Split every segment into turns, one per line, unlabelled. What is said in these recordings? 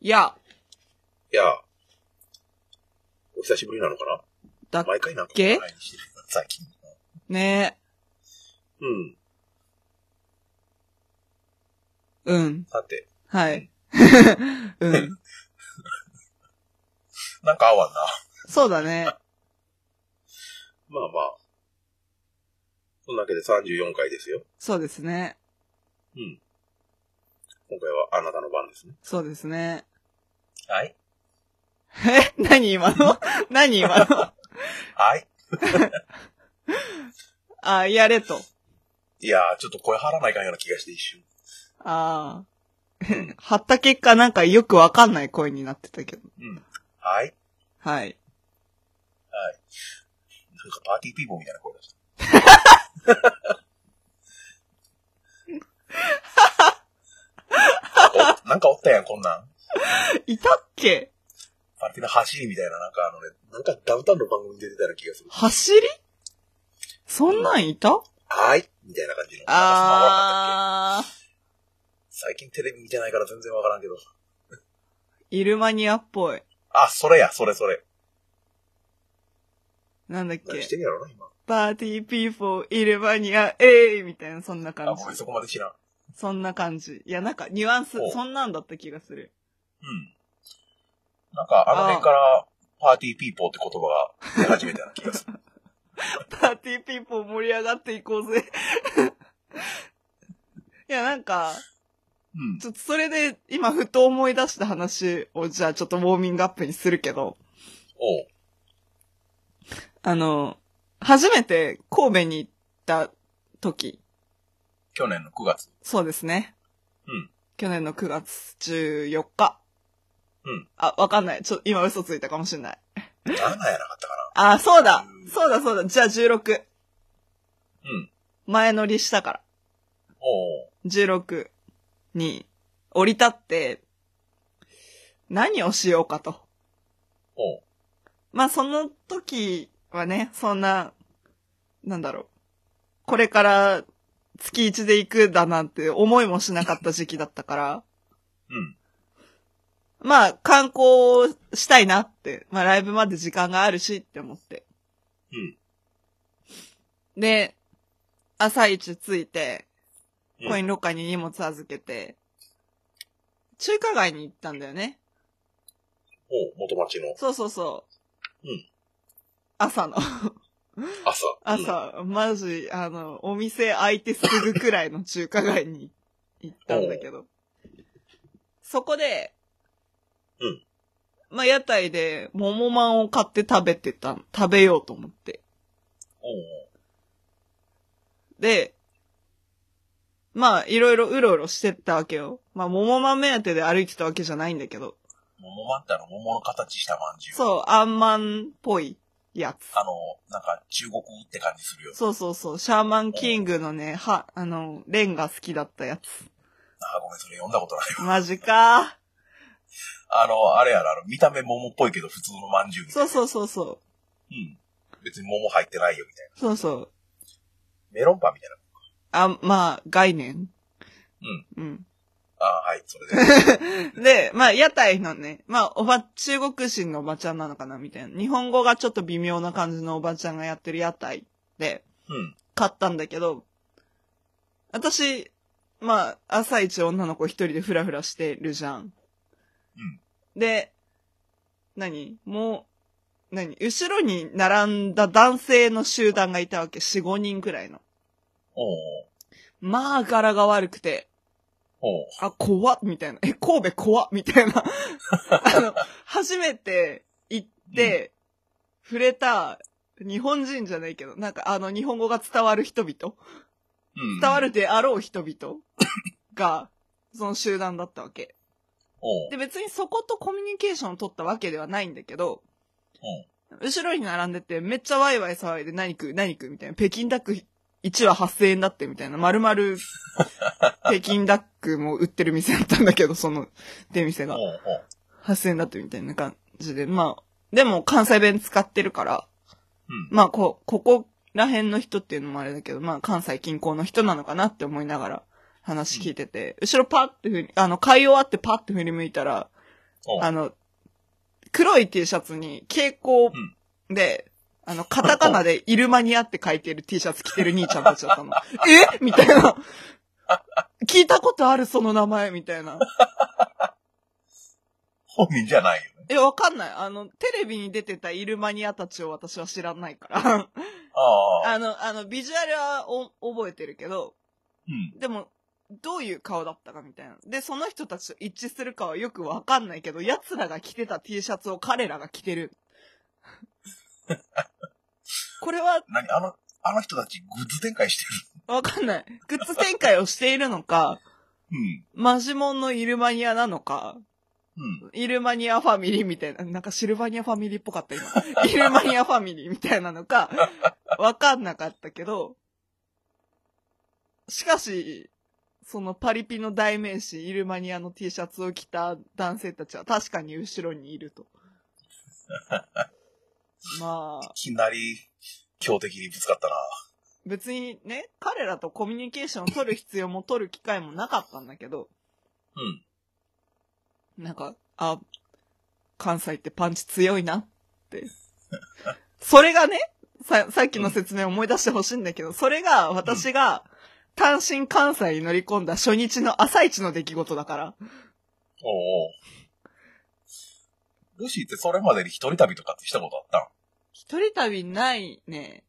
いや、
いや、お久しぶりなのか
だ
な毎回なんか
け
配信してる最近。
ね
うん。
うん。
さて、
はい。 うん。
なんか合わんな。
そうだね。
まあまあ。そんなわけで34回ですよ。
そうですね。
うん。今回はあなたの番ですね。
そうですね。
はい。
え何今 の何今の
はい。
あ、やれと。
いやー、ちょっと声張らないかんような気がして一瞬。
ああ。張った結果なんかよくわかんない声になってたけど。
うん。はい。
はい。
なんかパーティーピーポーみたいな声 出した。なんかおなんかおったやん、こんなん。
いたっけ
パーティーの走りみたいな、なんかあのね、なんかダウンタウンの番組に出てたような気がする。
走りそんなんいた
はいみたいな感じの。なんかそんなのなかった
あー。
っ け最近テレビ見てないから全然わからんけど。
イルマニアっぽい。
あ、それや、それそれ。
なんだっ
何
け
してんやろな、今。
パーティーピーポー、イルマニア、えいみたいな、そんな
あ、
感じ
ごめん、。そこまで知らん。
そんな感じ。いや、なんか、ニュアンス
お、う
そんなんだった気がする。
うん。なんか、あの辺から、パーティーピーポーって言葉が出始めたような気がする。
パーティーピーポー盛り上がっていこうぜ。 いや、なんか、
うん。
ちょっとそれで、今、ふと思い出した話を、じゃあちょっとウォーミングアップにするけど、
おう。
あの、初めて神戸に行った時、
去年の9月。
そうですね。
うん。
去年の9月14日。
うん。
あ、わかんない。ちょ、今嘘ついたかもしれない。
7やなかったか
あ、そうだ
うん
そうだそうだじゃあ16。
な。うん。
前乗りしたから。
おう。
16に降り立って、何をしようかと。
おう。
まあその時はね、そんな、なんだろう。これから月1で行くだなんて思いもしなかった時期だったから、
うん。
まあ観光したいなって、まあライブまで時間があるしって思って。
うん。
で、朝一着いて、
うん
コインロッカーに荷物預けて、中華街に行ったんだよね。
おう。元町の
そうそうそう。
うん
朝の、
朝。
朝、マジ、あの、お店開いてすぐくらいの中華街に行ったんだけど。そこで、
うん
まあ、屋台で桃まんを買って食べてた、食べようと思って。
おう。
で、まあ、いろいろうろうろしてったわけよ。まあ、桃まん目当てで歩いてたわけじゃないんだけど。
桃まんってあの、桃の形したまんじゅう。う。
そう、あんまんっぽいやつ。
あの、なんか、中国って感じするよ。
そうそうそう、シャーマンキングのね、は、あの、レンが好きだったやつ。
あ、ごめん、それ読んだことない。
マジか
あの、あれやな、あの、見た目桃っぽいけど、普通のまんじゅうみたい
そう
な。
そうそうそう。
うん。別に桃入ってないよ、みたいな。
そうそう。
メロンパンみたいな。
あ、まあ、概念。
う
う
ん。
ん。
あはい、それで。
で、まあ、屋台のね、まあ、おば、中国人のおばちゃんなのかなみたいな。日本語がちょっと微妙な感じのおばちゃんがやってる屋台で、
うん。
買ったんだけど、私、まあ、朝一女の子一人でフラフラしてるじゃん。
うん。
で、何もう、何後ろに並んだ男性の集団がいたわけ。4、5人くらいの。
おう
まあ、柄が悪くて、
おう。
あ、怖っみたいな。え、神戸怖っみたい な。あの、初めて行って、触れた、日本人じゃないけど、なんかあの、日本語が伝わる人々、
うん。
伝わるであろう人々が、その集団だったわけ。
おう。
で、別にそことコミュニケーションを取ったわけではないんだけど、
おう。
後ろに並んでて、めっちゃワイワイ騒いで、何食う、何食うみたいな。北京ダック1話8000円だって、みたいな。丸々、北京ダックも売ってる店だったんだけど、 その、出店が。
おう。おう。
8000円だって、みたいな感じで。まあ、でも関西弁使ってるから、
うん。
まあ、こう、ここら辺の人っていうのもあれだけど、まあ、関西近郊の人なのかなって思いながら話聞いてて、後ろパッて振り、あの、買い終わってパッて振り向いたら、
お
あの、黒い T シャツに蛍光で、あの、カタカナでイルマニアって書いてる T シャツ着てる兄ちゃんたちだったの。 えみたいな。聞いたことあるその名前みたいな。
本人じゃないよね。
え、わかんない。あの、テレビに出てたイルマニアたちを私は知らないから。
ああ。
あの、あの、ビジュアルはお覚えてるけど、
うん。
でも、どういう顔だったかみたいな。で、その人たちと一致するかはよくわかんないけど、奴らが着てた T シャツを彼らが着てる。これは、
何あの、あの人たちグッズ展開して
わかんない。グッズ展開をしているのか、
る。
マジモンのイルマニアなのか、
うん。うん。
イルマニアファミリーみたいな、なんかシルバニアファミリーっぽかった今。 イルマニアファミリーみたいなのか、わかんなかったけど、しかし、そのパリピの代名詞、イルマニアの T シャツを着た男性たちは確かに後ろにいると。まあ
い、きなり、強敵にぶつかったな。
別にね、彼らとコミュニケーションを取る必要も取る機会もなかったんだけど、
うん。
なんか、あ、関西ってパンチ強いなって。それがね、さ、さっきの説明を思い出してほしいんだけど、それが私が単身関西に乗り込んだ初日の朝一の出来事だから。
おうおう。ルシーってそれまでに一人旅とかってしたことあった
一人旅ないね。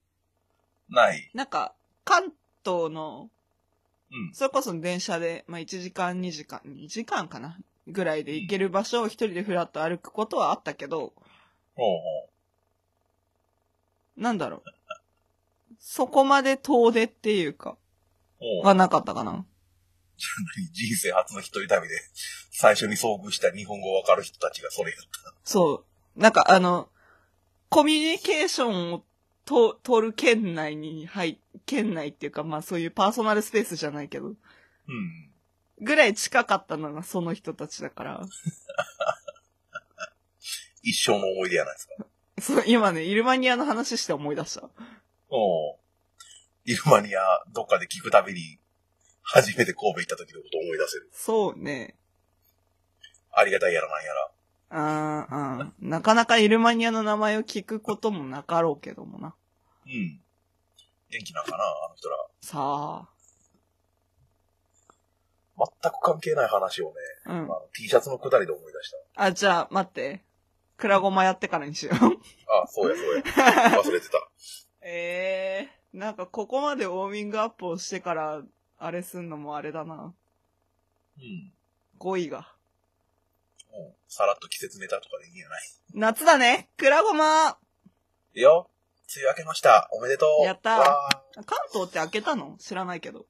んない。
なんか、関東の、
うん。
それこそ電車で、まあ、1時間2時間、2時間かなぐらいで行ける場所を一人でふらっと歩くことはあったけど、
おうおう。
なんだろう。そこまで遠出っていうか、
おう
はなかったかな。
人生初の一人旅で、最初に遭遇した日本語わかる人たちがそれやった。
そう。なんかあの、コミュニケーションをと取る県内に入、県内っていうかまあそういうパーソナルスペースじゃないけど、
うん。
ぐらい近かったのがその人たちだから。
一生の思い出やないですか。
そう、今ね、イルマニアの話して思い出した。
おうイルマニア、どっかで聞くたびに、初めて神戸行った時のことを思い出せる。
そうね。
ありがたいやらなんやら。
あーあー、なかなかイルマニアの名前を聞くこともなかろうけどもな。
うん。元気なんかな、あの人ら。
さ
全く関係ない話をね、
あ。うん
あ。の T シャツのくだりで思い出し
あ、じゃあ、待って。クラゴマやってからにしよう。
た。ああ、そうやそう や。忘れてた。
ええなんかここまでウォーミングアップをしてから、あれすんのもあれだな。
うん。
語彙が。
もうさらっと季節ネタとかでいいんやない。
夏だねクラゴマ
いいよ。梅雨明けました。おめでとう。
やったー
わー
関東って開けたの知らないけど。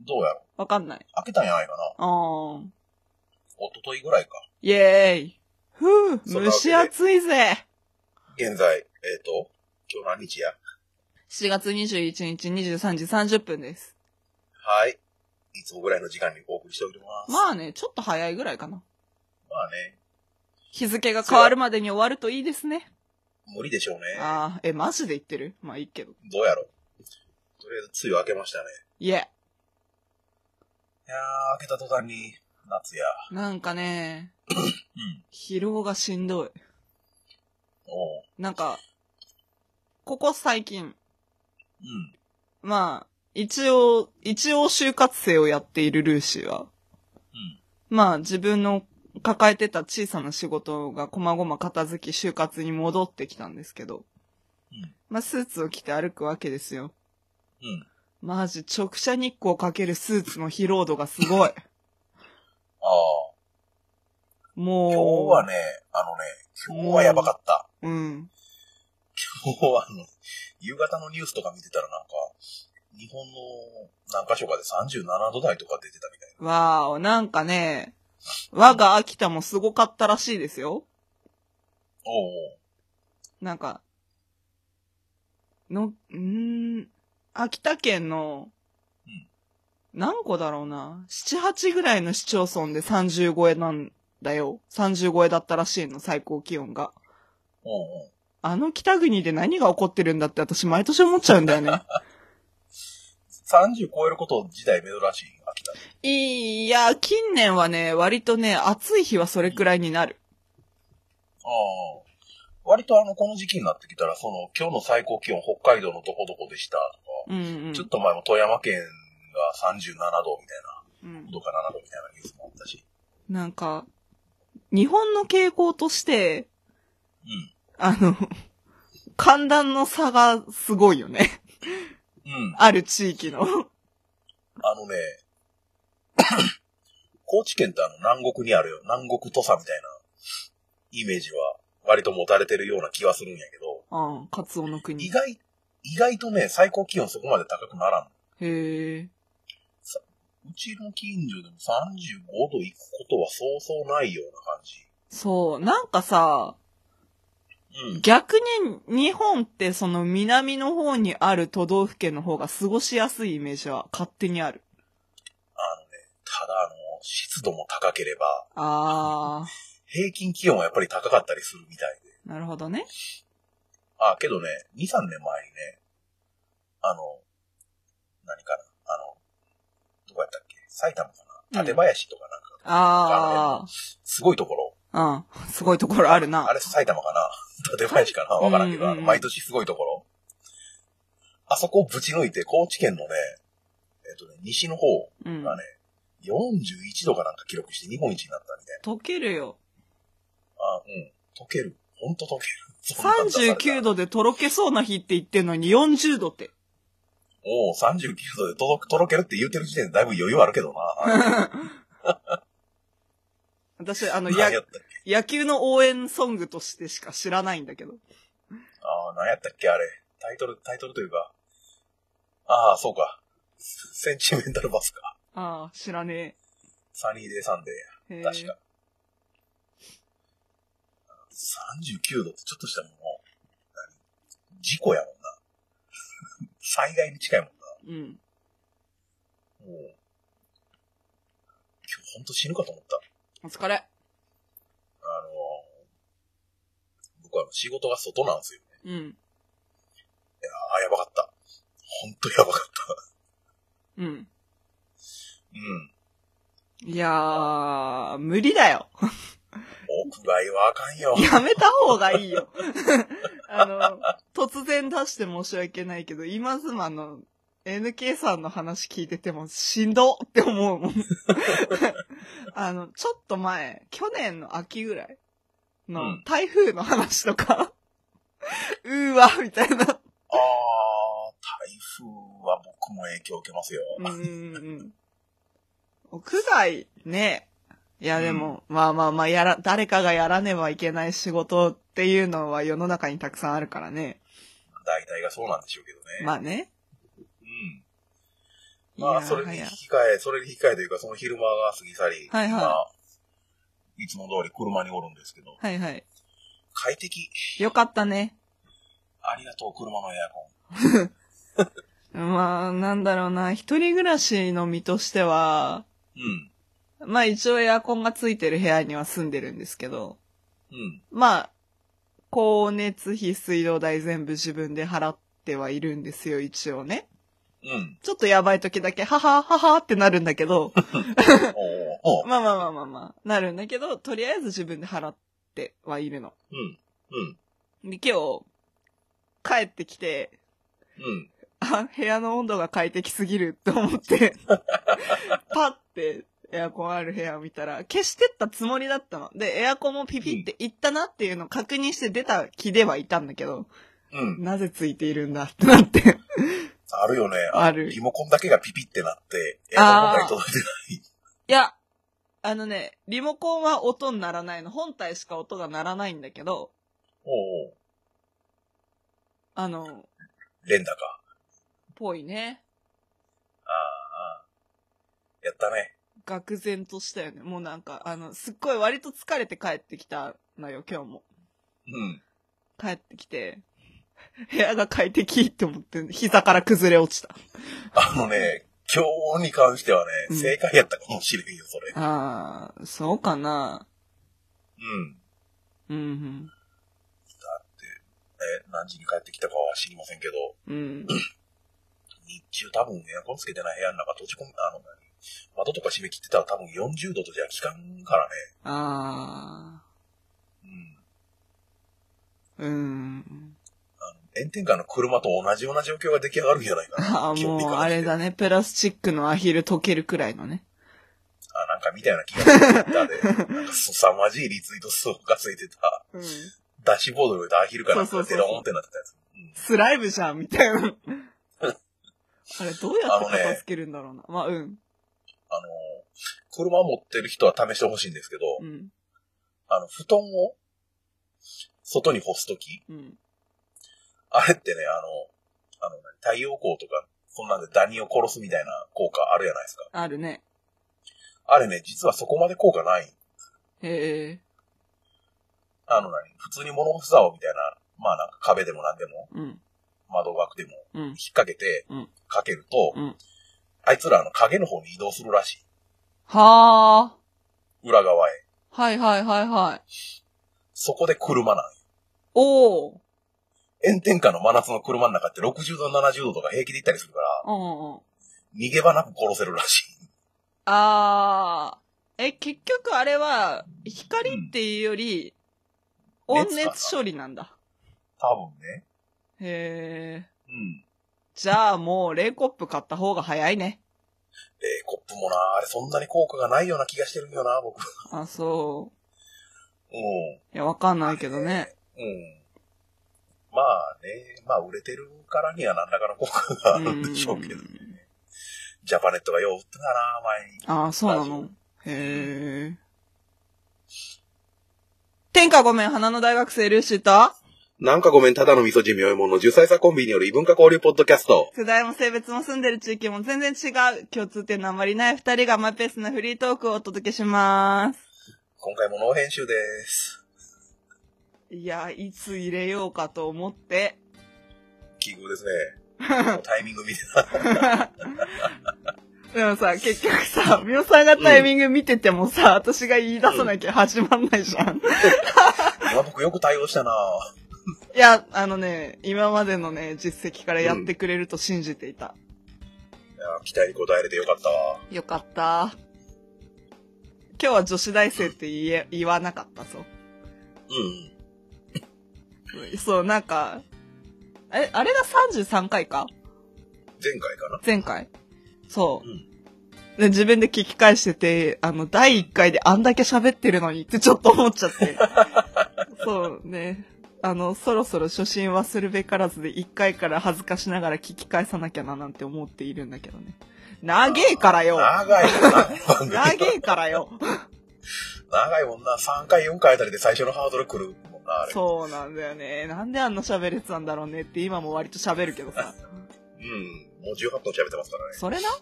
どうやろう。
わかんない。
開けたんやないかな。
あー。
一昨日ぐらいか。
イェーイふ
そ
ぅ
んなわけで
蒸し暑いぜ
現在、えっ、と、今日何日や
!7 月21日23時30分です。
はい。いつもぐらいの時間にお送りしております。
まあね、ちょっと早いぐらいかな。
まあね、
日付が変わるまでに終わるといいですね。
無理でしょうね。
あー、え、マジで言ってるまあいいけど。
どうやろう。とりあえず、梅雨明けましたね。
いえ。
いやー、明けた途端に、夏や。
なんかね、
うん。
疲労がしんどい。
おう。
なんか、ここ最近、
うん。
まあ、一応、一応就活生をやっているルーシーは、
うん。
まあ自分の抱えてた小さな仕事が細々片付き就活に戻ってきたんですけど、
うん。
まあスーツを着て歩くわけですよ。
うん。
マジ直射日光かけるスーツの疲労度がすごい。
ああ。
もう、
今日はね、あのね、今日はやばかった。
うん。
今日はあの、夕方のニュースとか見てたらなんか、日本の何か所かで37度台とか出てたみたいな。
わーお、なんかね、我が秋田もすごかったらしいですよ。
おうおう。
なんか、の、うーん、秋田県の
うん、
何個だろうな。7、8ぐらいの市町村で30超えなんだよ。30超えだったらしいの、最高気温が。
おうおう。
あの北国で何が起こってるんだって私毎年思っちゃうんだよ ね。
30超えること自体珍しい、秋田。
いや、近年はね、割とね、暑い日はそれくらいになる。
ああ。割とあの、この時期になってきたら、その、今日の最高気温北海道のどこどこでしたとか、
うんうん。
ちょっと前も富山県が37度みたいな、
うん
5度か7度みたいなニュースもあったし。
なんか、日本の傾向として、
うん。
あの、寒暖の差がすごいよね。
うん。
ある地域の。
あのね、 高知県ってあの南国にあるよ。南国土佐みたいなイメージは割と持たれてるような気はするんやけど、
うん、カツオの
意
国。へ
外、意外とね、最高気温そこまで高くならん。
え。
うちの近所でも35度行くことはそうそうないような感じ。
そう、なんかさ、
うん。
逆に日本ってその南の方にある都道府県の方が過ごしやすいイメージは勝手にある。
あのね、ただあの、湿度も高ければ、
あ
平均気温はやっぱり高かったりするみたいで。
ー、なるほどね。
あ、けどね、2、3年前にね、あの、何かな、あの、どこやったっけ埼玉かな
うん
館林とかなんか、
あ
すごいところ。
ー、うん、すごいところあるな。
あれ埼玉かな 館林かなわからんけど、あ
うん
の
うん
毎年すごいところ。あそこをぶち抜いて、高知県のね、えっとね、西の方
うん。
がね、41度かなんか記録して日本一になったみたい
溶けるよ。
な。あ、うん。溶ける。ほんと溶ける。そんなん出されたら
39度でとろけそうな日って言ってんのに40度って。
おう、39度でとろとろけるって言ってる時点でだいぶ余 裕あるけどな。
私、あの、
何や
や
ったっけ
野球の応援ソングとしてしか知らないんだけど。
ああ、何やったっけあれ。タイトル、タイトルというか。ああ、そうか。センチメンタルバスか。
ああ、知らね
サニーデーサンデ
え。へ
ー
え
や。確か。39度ってちょっとしたもの。何事故やもんな。 災害に近いもん
うん。
な。もう。今日ほんと死ぬかと思った。
お疲れ。
あのー僕は仕事が外なんですよ。
うん。
ああ、やばかった。ほんとやばかった。
うん。
うん。
いやー、無理だよ。
屋外はあかんよ。
やめた方がいいよ。 あの、突然出して申し訳ないけど、今妻の NK さんの話聞いててもしんどって思うもん。 あの、ちょっと前、去年の秋ぐらいの
うん
台風の話とか、 うーわ、みたいな。
ああ、台風は僕も影響を受けますよ。
うんうんうん。屋外ね。いやでも、まあまあまあ、やら、誰かがやらねばいけない仕事っていうのは世の中にたくさんあるからね。
大体がそうなんでしょうけどね。
まあね。
うん。
い
ま
や
あ、それ
は
に引
や
き換え、それに引き換えというか、その昼間が過ぎ去り、
はいはい
まあ、いつも通り車におるんですけど、
はいはい。
快適。
よかったね。
ありがとう、車のエアコン。
まあ、なんだろうな。一人暮らしの身としては、
うん。
まあ一応エアコンがついてる部屋には住んでるんですけど、
うん。
まあ、光熱費、水道代全部自分で払ってはいるんですよ、一応ね。
うん。
ちょっとやばい時だけ、ははははってなるんだけ ど、
おうおうおう
まあまあまあまあまあ、なるんだけど、とりあえず自分で払ってはいるの。
うん。うん。
で、今日、帰ってきて、
うん。
あ、 部屋の温度が快適すぎると思 って、パってエアコンある部屋を見たら、消してったつもりだったの。で、エアコンもピピっていったなっていうのを確認して出た気ではいたんだけど、
うん。
なぜついているんだってなって。
あるよね。
ある
リモコンだけがピピってなって、エアコンが届いてない。
いや、あのね、リモコンは音にならないの。本体しか音が鳴らないんだけど、
おうおう
あの、
連打か。
ぽいね。
ああああ、やったね。
愕然としたよね。もうなんか、あの、すっごい割と疲れて帰ってきたのよ、今日も。
うん。
帰ってきて、部屋が快適って思って、膝から崩れ落ちた。
あのね、今日に関してはね、
うん
正解やったかもしれんよ、それ。
ああ、そうかな。
うん。
うん、
え、何時に帰ってきたかは知りませんけど、
うん。うん。
日中多分エアコンつけてない部屋の中閉じ込め、あの、何窓とか閉め切ってたら多分40度とじゃ効かんからね。
ああ、
う
う
ん。
ん。
炎天下の車と同じような状況が出来上がるんじゃないかな。
ああ、
基本
も
的
う、
に
あれだね。プラスチックのアヒル溶けるくらいのね。
あ、なんかみたいな気がする。Twitter で、なんか凄まじいリツイート数がついてた、
うん。
ダッシュボードよりアヒルかなん
そう
か
そうそ
デ
う
ローンってなってたやつ。うん
スライムじゃん、みたいな。あれ、どうやって片付けるんだろうな。まあ、うん。
あの、車持ってる人は試してほしいんですけど、
うん。
あの、布団を外に干すとき、
うん。
あれってね、あの、あの、太陽光とか、こんなんでダニを殺すみたいな効果あるじゃないですか。
あるね。
あれね、実はそこまで効果ない。
へえ。
あの何、普通に物干す竿みたいな、まあなんか壁でもなんでも、
うん。
窓枠でも
うん。
引っ掛けて
うん、
かけると、
うん
あいつらあの影の方に移動するらし
はあ。
い。裏側へ。
はいはいはいはい。
そこで車なんよ
おお。
炎天下の真夏の車の中って60度、70度とか平気で行ったりするから、
うんうん。
逃げ場なく殺せるらしい。
あー。え、結局あれは、光っていうより、
うん
温熱処理なんだ。
多分ね。
へえ。
うん。
じゃあもう、冷コップ買った方が早いね。
えー、コップもな、あれそんなに効果がないような気がしてるんよな、僕。
あ、そ
うん。
う。いや、わかんないけどね。
うん。まあね、まあ売れてるからには何らかの効果があるんでしょうけ
う
ど、
んうんうん
ジャパネットがよう売ってたな、前に。
ああ、そうな
ラジオ
の。へえ。天下ごめん、花の大学生ルーシーと、
なんかごめん、ただの味噌汁妙いもんの10歳差コンビによる異文化交流ポッドキャスト。
世代も性別も住んでる地域も全然違う、共通点のあまりない二人がマイペースなフリートークをお届けします。
今回もノー編集です。
いや、いつ入れようかと思って。
奇 遇ですね。タイミング見てた。
でもさ、結局 さ、みおさんがタイミング見ててもさ、私が言い出さなきゃ始まんないじゃん。
今僕よく対応したない
や、あのね、今までのね、実績からやってくれると信じていた。
いや期待に応えれてよかったわ。
よかった。今日は女子大生って言え、言わなかったぞ。
うん。
そう、なんか、え、あれが33回か
前回かな。
前回。そう。
うん
で自分で聞き返してて、あの、第1回であんだけ喋ってるのにってちょっと思っちゃって。そうね。あの、そろそろ初心忘るべからずで1回から恥ずかしながら聞き返さなきゃななんて思っているんだけどね。長えからよ
長いもんな、この番組
長えからよ
長いもんな、3回4回あたりで最初のハードル来るもんな、あれ。
そうなんだよね。なんであんな喋れてたんだろうねって今も割と喋るけどさ。
うん。もう18分喋ってますからね。
それな
う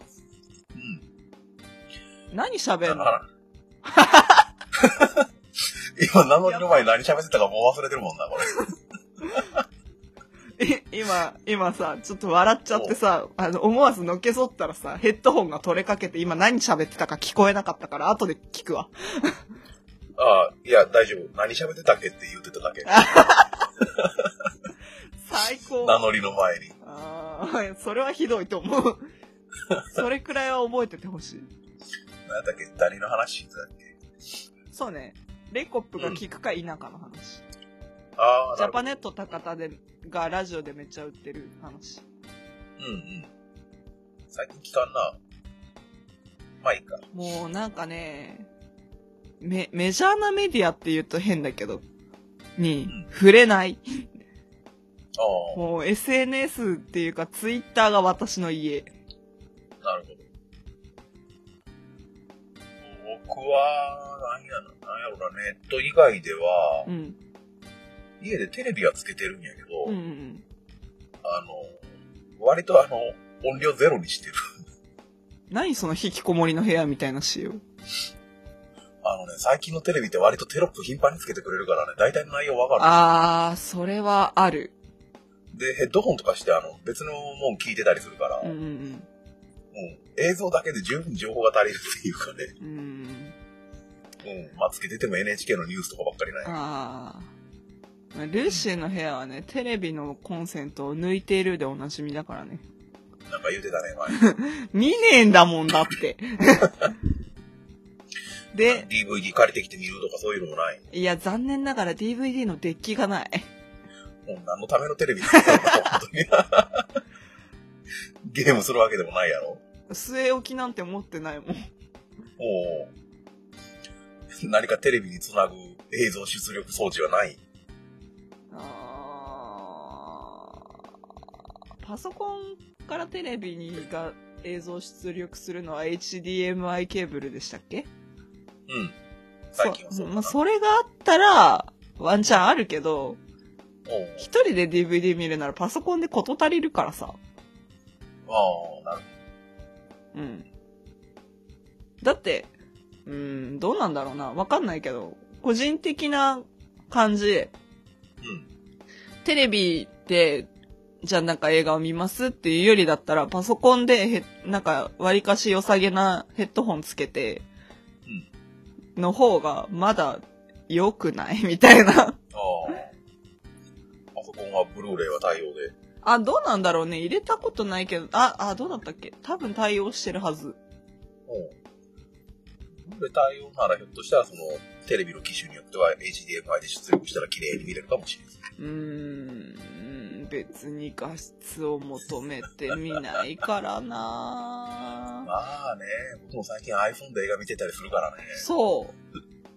ん。
何喋んの
今、名乗りの前に何喋ってたかもう忘れてるもんな、これ。
え 今、今さ、ちょっと笑っちゃってさ、あの、思わずのけそったらさ、ヘッドホンが取れかけて今何喋ってたか聞こえなかったから後で聞くわ。
ああ、いや、大丈夫。何喋ってたっけって言ってただけ。
最高。
名乗りの前に。
あーそれはひどいと思う。それくらいは覚えててほしい。
何だっけ何の話してたっけ
そうね。レイコップが聞くか否かの話。
ああ、
ジ
な
ャ
るほ
パネット高田で、がラジオでめっちゃ売ってる話。
ど。うんうん。最近聞かんな。まあいいか。
もうなんかね、メ、メジャーなメディアって言うと変だけど、に
うん
触れない。
あ
もう SNS っていうか Twitter が私の家。
あ、なるほど。僕は、何やな、何やろな、ネット以外では
う、ん。
家でテレビはつけてるんやけど、
うんうん
あの、割とあの、音量ゼロにしてる。
何その引きこもりの部屋みたいな仕様。
あのね、最近のテレビって割とテロップ頻繁につけてくれるからね、大体の内容わか
あー、それはある。
る。で、ヘッドホンとかしてあの、別のもん聞いてたりするから、
う
うんん、
うん
映像だけで十分情報が足りるっていうか
うん。うん。
ね、うん、まあつけてても NHK のニュースとかばっかりない。
あー。まあルーシーの部屋はね、テレビのコンセントを抜いているでおなじみだからね。
なんか言うてたね、
見
前。
ねえんだもんだって。 で、
DVD 借りてきて見るとかそういうのもない。
いや、残念ながら DVD のデッキがない。
もう何のためのテレビ作ったのか、本当に。 ゲームするわけでもないやろ。
据え置きなんて持ってないもん。
もう、何かテレビにつなぐ映像出力装置はない。
あーパソコンからテレビにが映像出力するのは HDMI ケーブルでしたっけ
うん。最近はそううだ
まあ、
な。
それがあったら、ワンチャンあるけど、
おう
一人で DVD 見るならパソコンでこと足りるからさ。
ああ、なる
うん。だって、うん、どうなんだろうな。わかんないけど、個人的な感じで、
ほど。うん。
テレビで、じゃあなんか映画を見ますっていうよりだったら、パソコンでへ、なんか、割かし良さげなヘッドホンつけて、の方が、まだ、良くない みたいな。
ああ。パソコンはブルーレイは対応で。
あ、どうなんだろうね。入れたことないけど、あ、あ、どうだったっけ多分対応してるはず。
おうブルーレイ対応ならひょっとしたらそのテレビの機種によっては HDMI で出力したら綺麗に見れるかもしれない。
うーん、別に画質を求めてみないからな
まあね、僕も最近 iPhone で映画見てたりするからね。
そ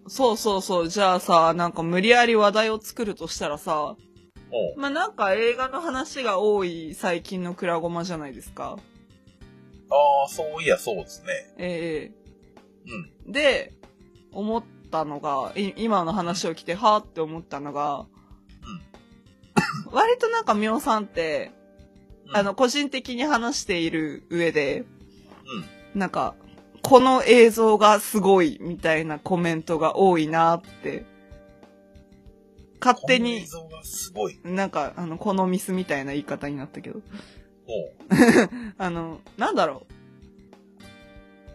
う。そうそうそう。じゃあさ、なんか無理やり話題を作るとしたらさ、
おう
まあ、なんか映画の話が多い最近のクラゴマじゃないですか。
ああ、そういや、そうですね。
え
う
え
ん。
で、思ったのが、い今の話を聞いて、はーって思ったのが、割となんかミオさんって、
うん
あの、、個人的に話している上で、
うん。
なんか、この映像がすごいみたいなコメントが多いなって、勝手
この映
に、
像がすごい。
なんか、あの、好みすみたいな言い方になったけど、
おう
あの、なんだろう。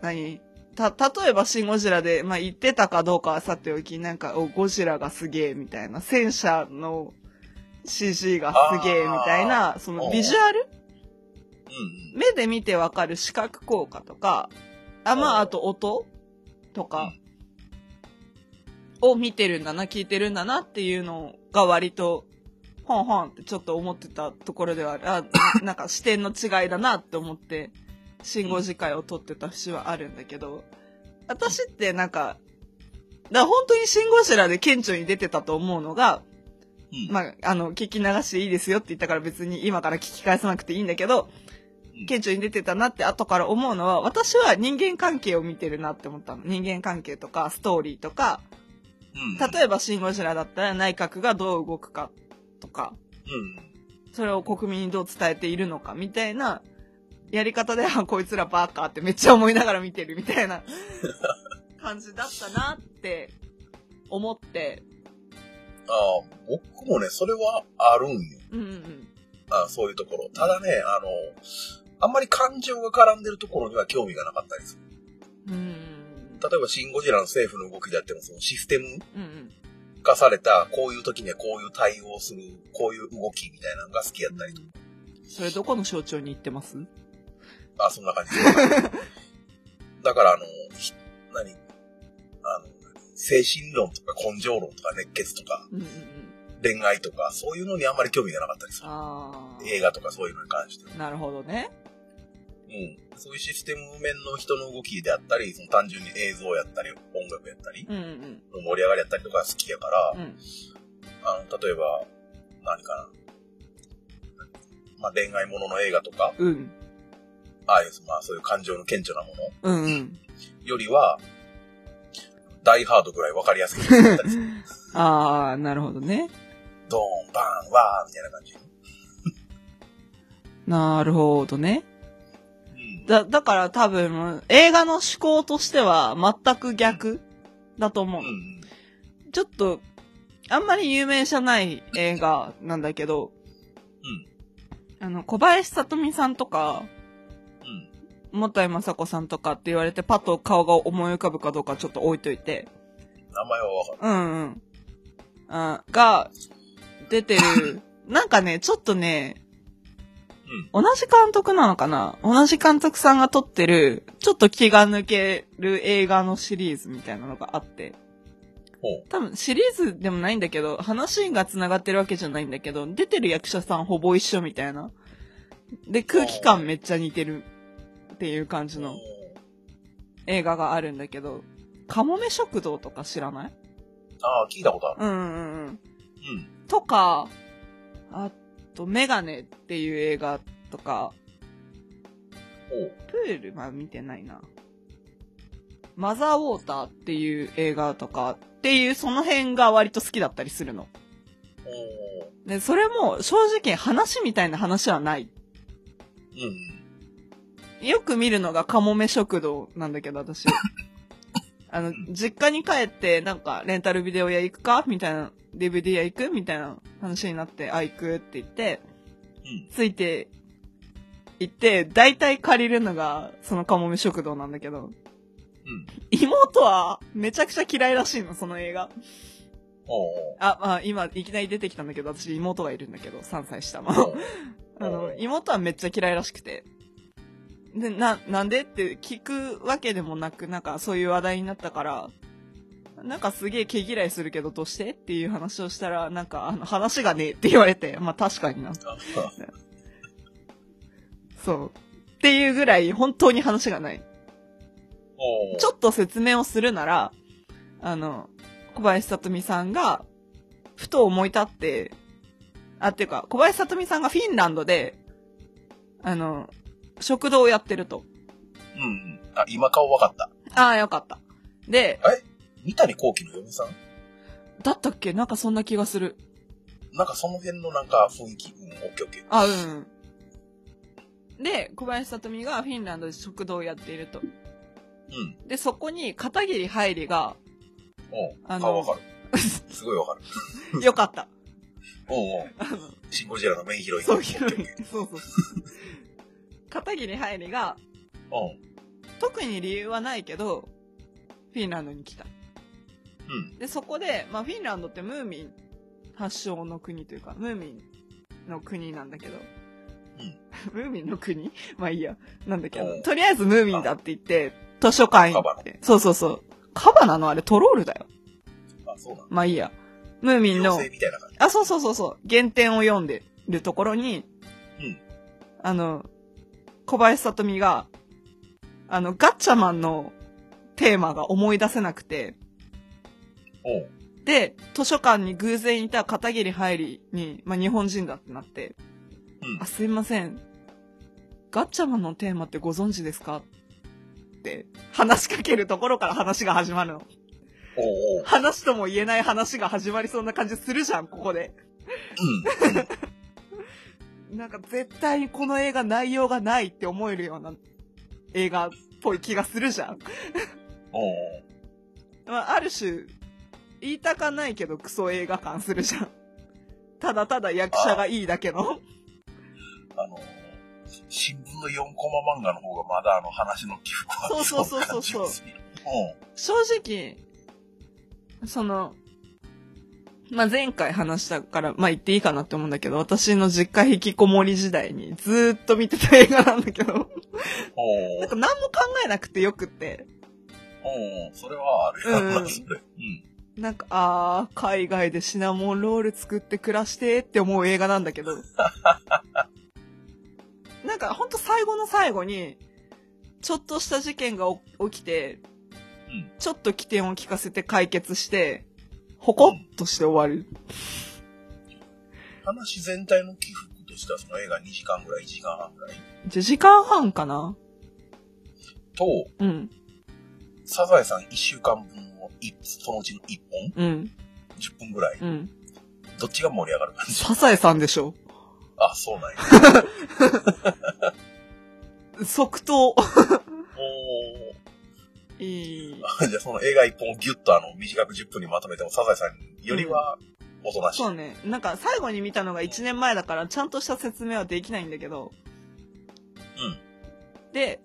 何た、例えばシンゴジラで、まあ、言ってたかどうかはさておき、なんか、お、ゴジラがすげえみたいな、戦車の CG がすげえみたいな、そのビジュアル
うん
目で見てわかる視覚効果とか、あ、まあ、あと音とか、を見てるんだな、聞いてるんだなっていうのが割と、ほんほんってちょっと思ってたところではある、あ、なんか視点の違いだなって思って、信号次回を撮ってた節はあるんだけど、私ってなんか、だから本当に信号柱で顕著に出てたと思うのが、
うん。うん。
まあ、あの、聞き流していいですよって言ったから別に今から聞き返さなくていいんだけど
うん、
顕著に出てたなって後から思うのは、私は人間関係を見てるなって思ったの。人間関係とか、ストーリーとか、
うん。
例えばシンゴジラだったら内閣がどう動くかとか、
うん。
それを国民にどう伝えているのかみたいな、やり方で、あ、こいつらバカってめっちゃ思いながら見てるみたい な感じだったなって思って、
ああ、僕もね、それはあるんよ。
うんうんうん。
あそういうところ。ただね、あの、あんまり感情が絡んでるところには興味がなかったりする。
うん
例えば、シン・ゴジラの政府の動きであっても、そのシステム
うんうん。
化された、こういう時にはこういう対応する、こういう動きみたいなのが好きやったりとか。
それどこの象徴に行ってます
あ、そんな感じ。 だから、あの、ひ何あの、精神論とか根性論とか熱血とか
うんうんうん。
恋愛とか、そういうのにあんまり興味がなかったりする。
あ
映画とかそういうのに関しては
あ。なるほどね。
うん。そういうシステム面の人の動きであったり、その単純に映像やったり、音楽やったり、
うんうん
の盛り上がりやったりとかが好きやから、
うん。
あの、例えば、何かな。まあ、恋愛ものの映画とか、
うん。
ああいう、まあ、そういう感情の顕著なも
う
の
んうん。
よりは、ダイハードぐらいわかりやすいやつだったりする
ああ、なるほどね。
ドーン、バーン、わー、みたいな感じ。
なるほどね。
うん。
だ、だから多分、映画の思考としては全く逆だと思う
う。ん。
ちょっと、あんまり有名じゃない映画なんだけど、
うん。
あの、小林聡美さんとか、
うん。
元井雅子さんとかって言われてパッと顔が思い浮かぶかどうかちょっと置いといて、
名前はわかる。
うんうん。あが、出て る。なんかね、ちょっとね、
うん。
同じ監督なのかな同じ監督さんが撮ってる、ちょっと気が抜ける映画のシリーズみたいなのがあって。
ほう。
多分シリーズでもないんだけど、話が繋がってるわけじゃないんだけど、出てる役者さんほぼ一緒みたいな。で、空気感めっちゃ似てるっていう感じの映画があるんだけど、カモメ食堂とか知らない
ああ、聞いたことある。
うんうんうん。
うん。
とか、あと、メガネっていう映画とか、
ほう。
プールは見てないな。マザーウォーターっていう映画とかっていうその辺が割と好きだったりするの。
ほう。
で、それも正直話みたいな話はない。
うんうん。
よく見るのがカモメ食堂なんだけど、 私。あの、実家に帰って、なんか、レンタルビデオ屋行くかみたいな、DVD 屋行くみたいな話になって、あ、行くって言って、
うん。
ついて行って、大体借りるのが、そのカモメ食堂なんだけど、
うん。
妹はめちゃくちゃ嫌いらしいの、その映画。
ほ
あ、まあ、今、いきなり出てきたんだけど、私妹がいるんだけど、3歳下の
う。。ほう。
あの、妹はめっちゃ嫌いらしくて。で、な、なんでって聞くわけでもなく、なんかそういう話題になったから、なんかすげえ毛嫌いするけどどうしてっていう話をしたら、なんかあの話がねえって言われて、まあ確かにな。
あ
そう。っていうぐらい本当に話がない。
ほう。
ちょっと説明をするなら、あの、小林さとみさんが、ふと思い立って、あ、っていうか、小林さとみさんがフィンランドで、あの、食堂をやってると。
うんうん。あ、今顔わかった。
ああ、よかった。で、
三谷幸喜の嫁さん
だったっけなんかそんな気がする。
なんかその辺のなんか雰囲気。うん、オッケーオッケー。
あ、うんうん。で、小林さとみがフィンランドで食堂をやっていると。
うん。
で、そこに片桐はいり が、
おう
あの
顔わかる。すごいわかる。
よかった。
おうおう
あの、
シンゴジラのメインヒロイン。
そう、
オッ
ヒ
ケー
ロ
オ
イ
ッ
ン
ケー。
そうそう。片桐はいりが、
おう
特に理由はないけど、フィンランドに来た。
うん。
で、そこで、まあ、フィンランドってムーミン発祥の国というか、ムーミンの国なんだけど、ムーミンの国 まあいいや。なんだけ
う
ど、
ん
とりあえずムーミンだって言って、図書館行
カバ
って。そうそうそう。カバなのあれトロールだよ。
あ、そうなの。
まあいいや。ムーミンの
妖、精みたいな感じ。
あ、そうそうそうそう、原点を読んでるところに、
うん
あの、小林さとみが、あの、ガッチャマンのテーマが思い出せなくて、
おう
で、図書館に偶然いた片桐入りに、まあ、日本人だってなって、
うん
あ、すいません。ガッチャマンのテーマってご存知ですかって、話しかけるところから話が始まるの。
おうおう。
話とも言えない話が始まりそうな感じするじゃん、ここで。
うん。
なんか絶対にこの映画内容がないって思えるような映画っぽい気がするじゃん。
おうおう。
まあ、ある種、言いたかないけどクソ映画感するじゃん。ただただ役者がいいだけの。
あの、新聞の4コマ漫画の方がまだあの話の起伏はあり
そうそうそうそう
な感じがするう
正直、その、まあ、前回話したから、まあ、言っていいかなって思うんだけど、私の実家引きこもり時代にずーっと見てた映画なんだけど、
ん。おうお
なん
う
か何も考えなくてよくって、
おうおうそれはあるよ
うん
な、それ。うん。
なんか、あー、海外でシナモンロール作って暮らしてって思う映画なんだ けど。なんか、ほんと最後の最後に、ちょっとした事件がお起きて、
うん
ちょっと起点を聞かせて解決して、ほこっとして終わる。
話全体の起伏としてはその映画2時間ぐらい、1時間半ぐらい
1時間半かな
と、
うん、
サザエさん1週間分の一そのうちの1本
うん、
?10 分ぐらい。
うん。
どっちが盛り上がる感じ
サザエさんでしょ
あ、そうなんや。
即答。
おー
いい。
あじゃあその映画1本をギュッとあの短く10分にまとめてもサザエさんよりはおとなしい。
そうね。なんか、最後に見たのが1年前だから、ちゃんとした説明はできないんだけど、
うん。
で、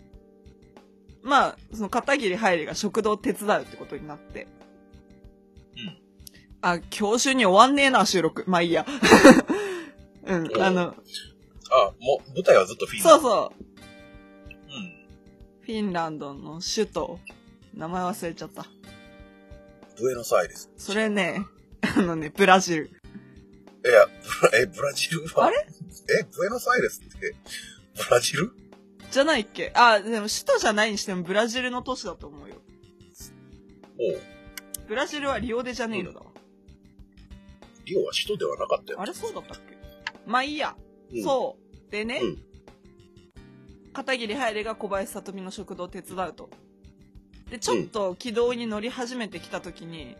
まあ、その片桐入りが食堂を手伝うってことになって。
うん。
あ、今日中に終わんねえな、収録。まあいいや。 うん、あの、
あ、もう舞台はずっとフィン
そう
う。
そう。
うん。
フィンランドの首都。名前忘れちゃった。
ブエノスアイレス。
それね、 あのね、ブラジル。
いや、ブラえ、 ブラジルは。
あれ
え、ブエノスアイレスって、ブラジル
じゃないっけあ、でも首都じゃないにしてもブラジルの都市だと思うよ。
おう
ブラジルはリオデジャネイロだわ。
リオは首都ではなかったよ。
あれそうだったっけまあいいや。
うん
そう。でね、
うん
片桐ハイレが小林聡美の食堂を手伝うと。で、ちょっと軌道に乗り始めてきた時に、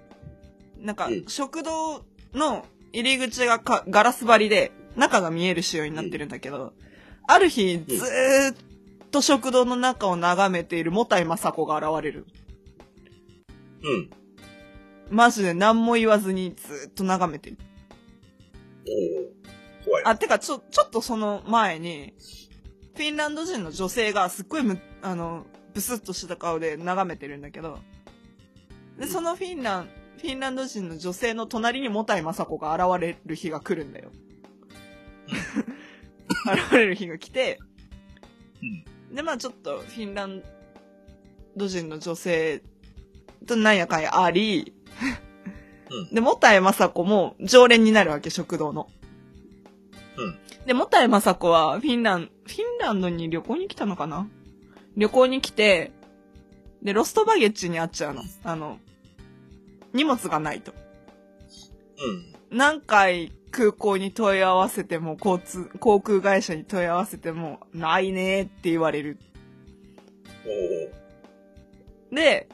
なんか
うん、
食堂の入り口がかガラス張りで、中が見える仕様になってるんだけど、ある日、ずーっと食堂の中を眺めているモタイマサコが現れる。
うん。
マジで何も言わずにずーっと眺めてる。
おう怖い。
あ、てか、ちょ、ちょっとその前に、フィンランド人の女性がすっごいむ、あの、ブスッとした顔で眺めてるんだけど、で、そのフィンラン、フィンランド人の女性の隣にモタイマサコが現れる日が来るんだよ。現れる日が来て、で、まあちょっとフィンランド人の女性となんやかんやあり、
う
で、モタイマサコも常連になるわけ、食堂の。で、もたえまさこは、フィンラン、フィンランドに旅行に来たのかな旅行に来て、で、ロストバゲッジに会っちゃうの。あの、荷物がないと。
うん。
何回空港に問い合わせても、交通、航空会社に問い合わせても、ないねーって言われる。
おう
で、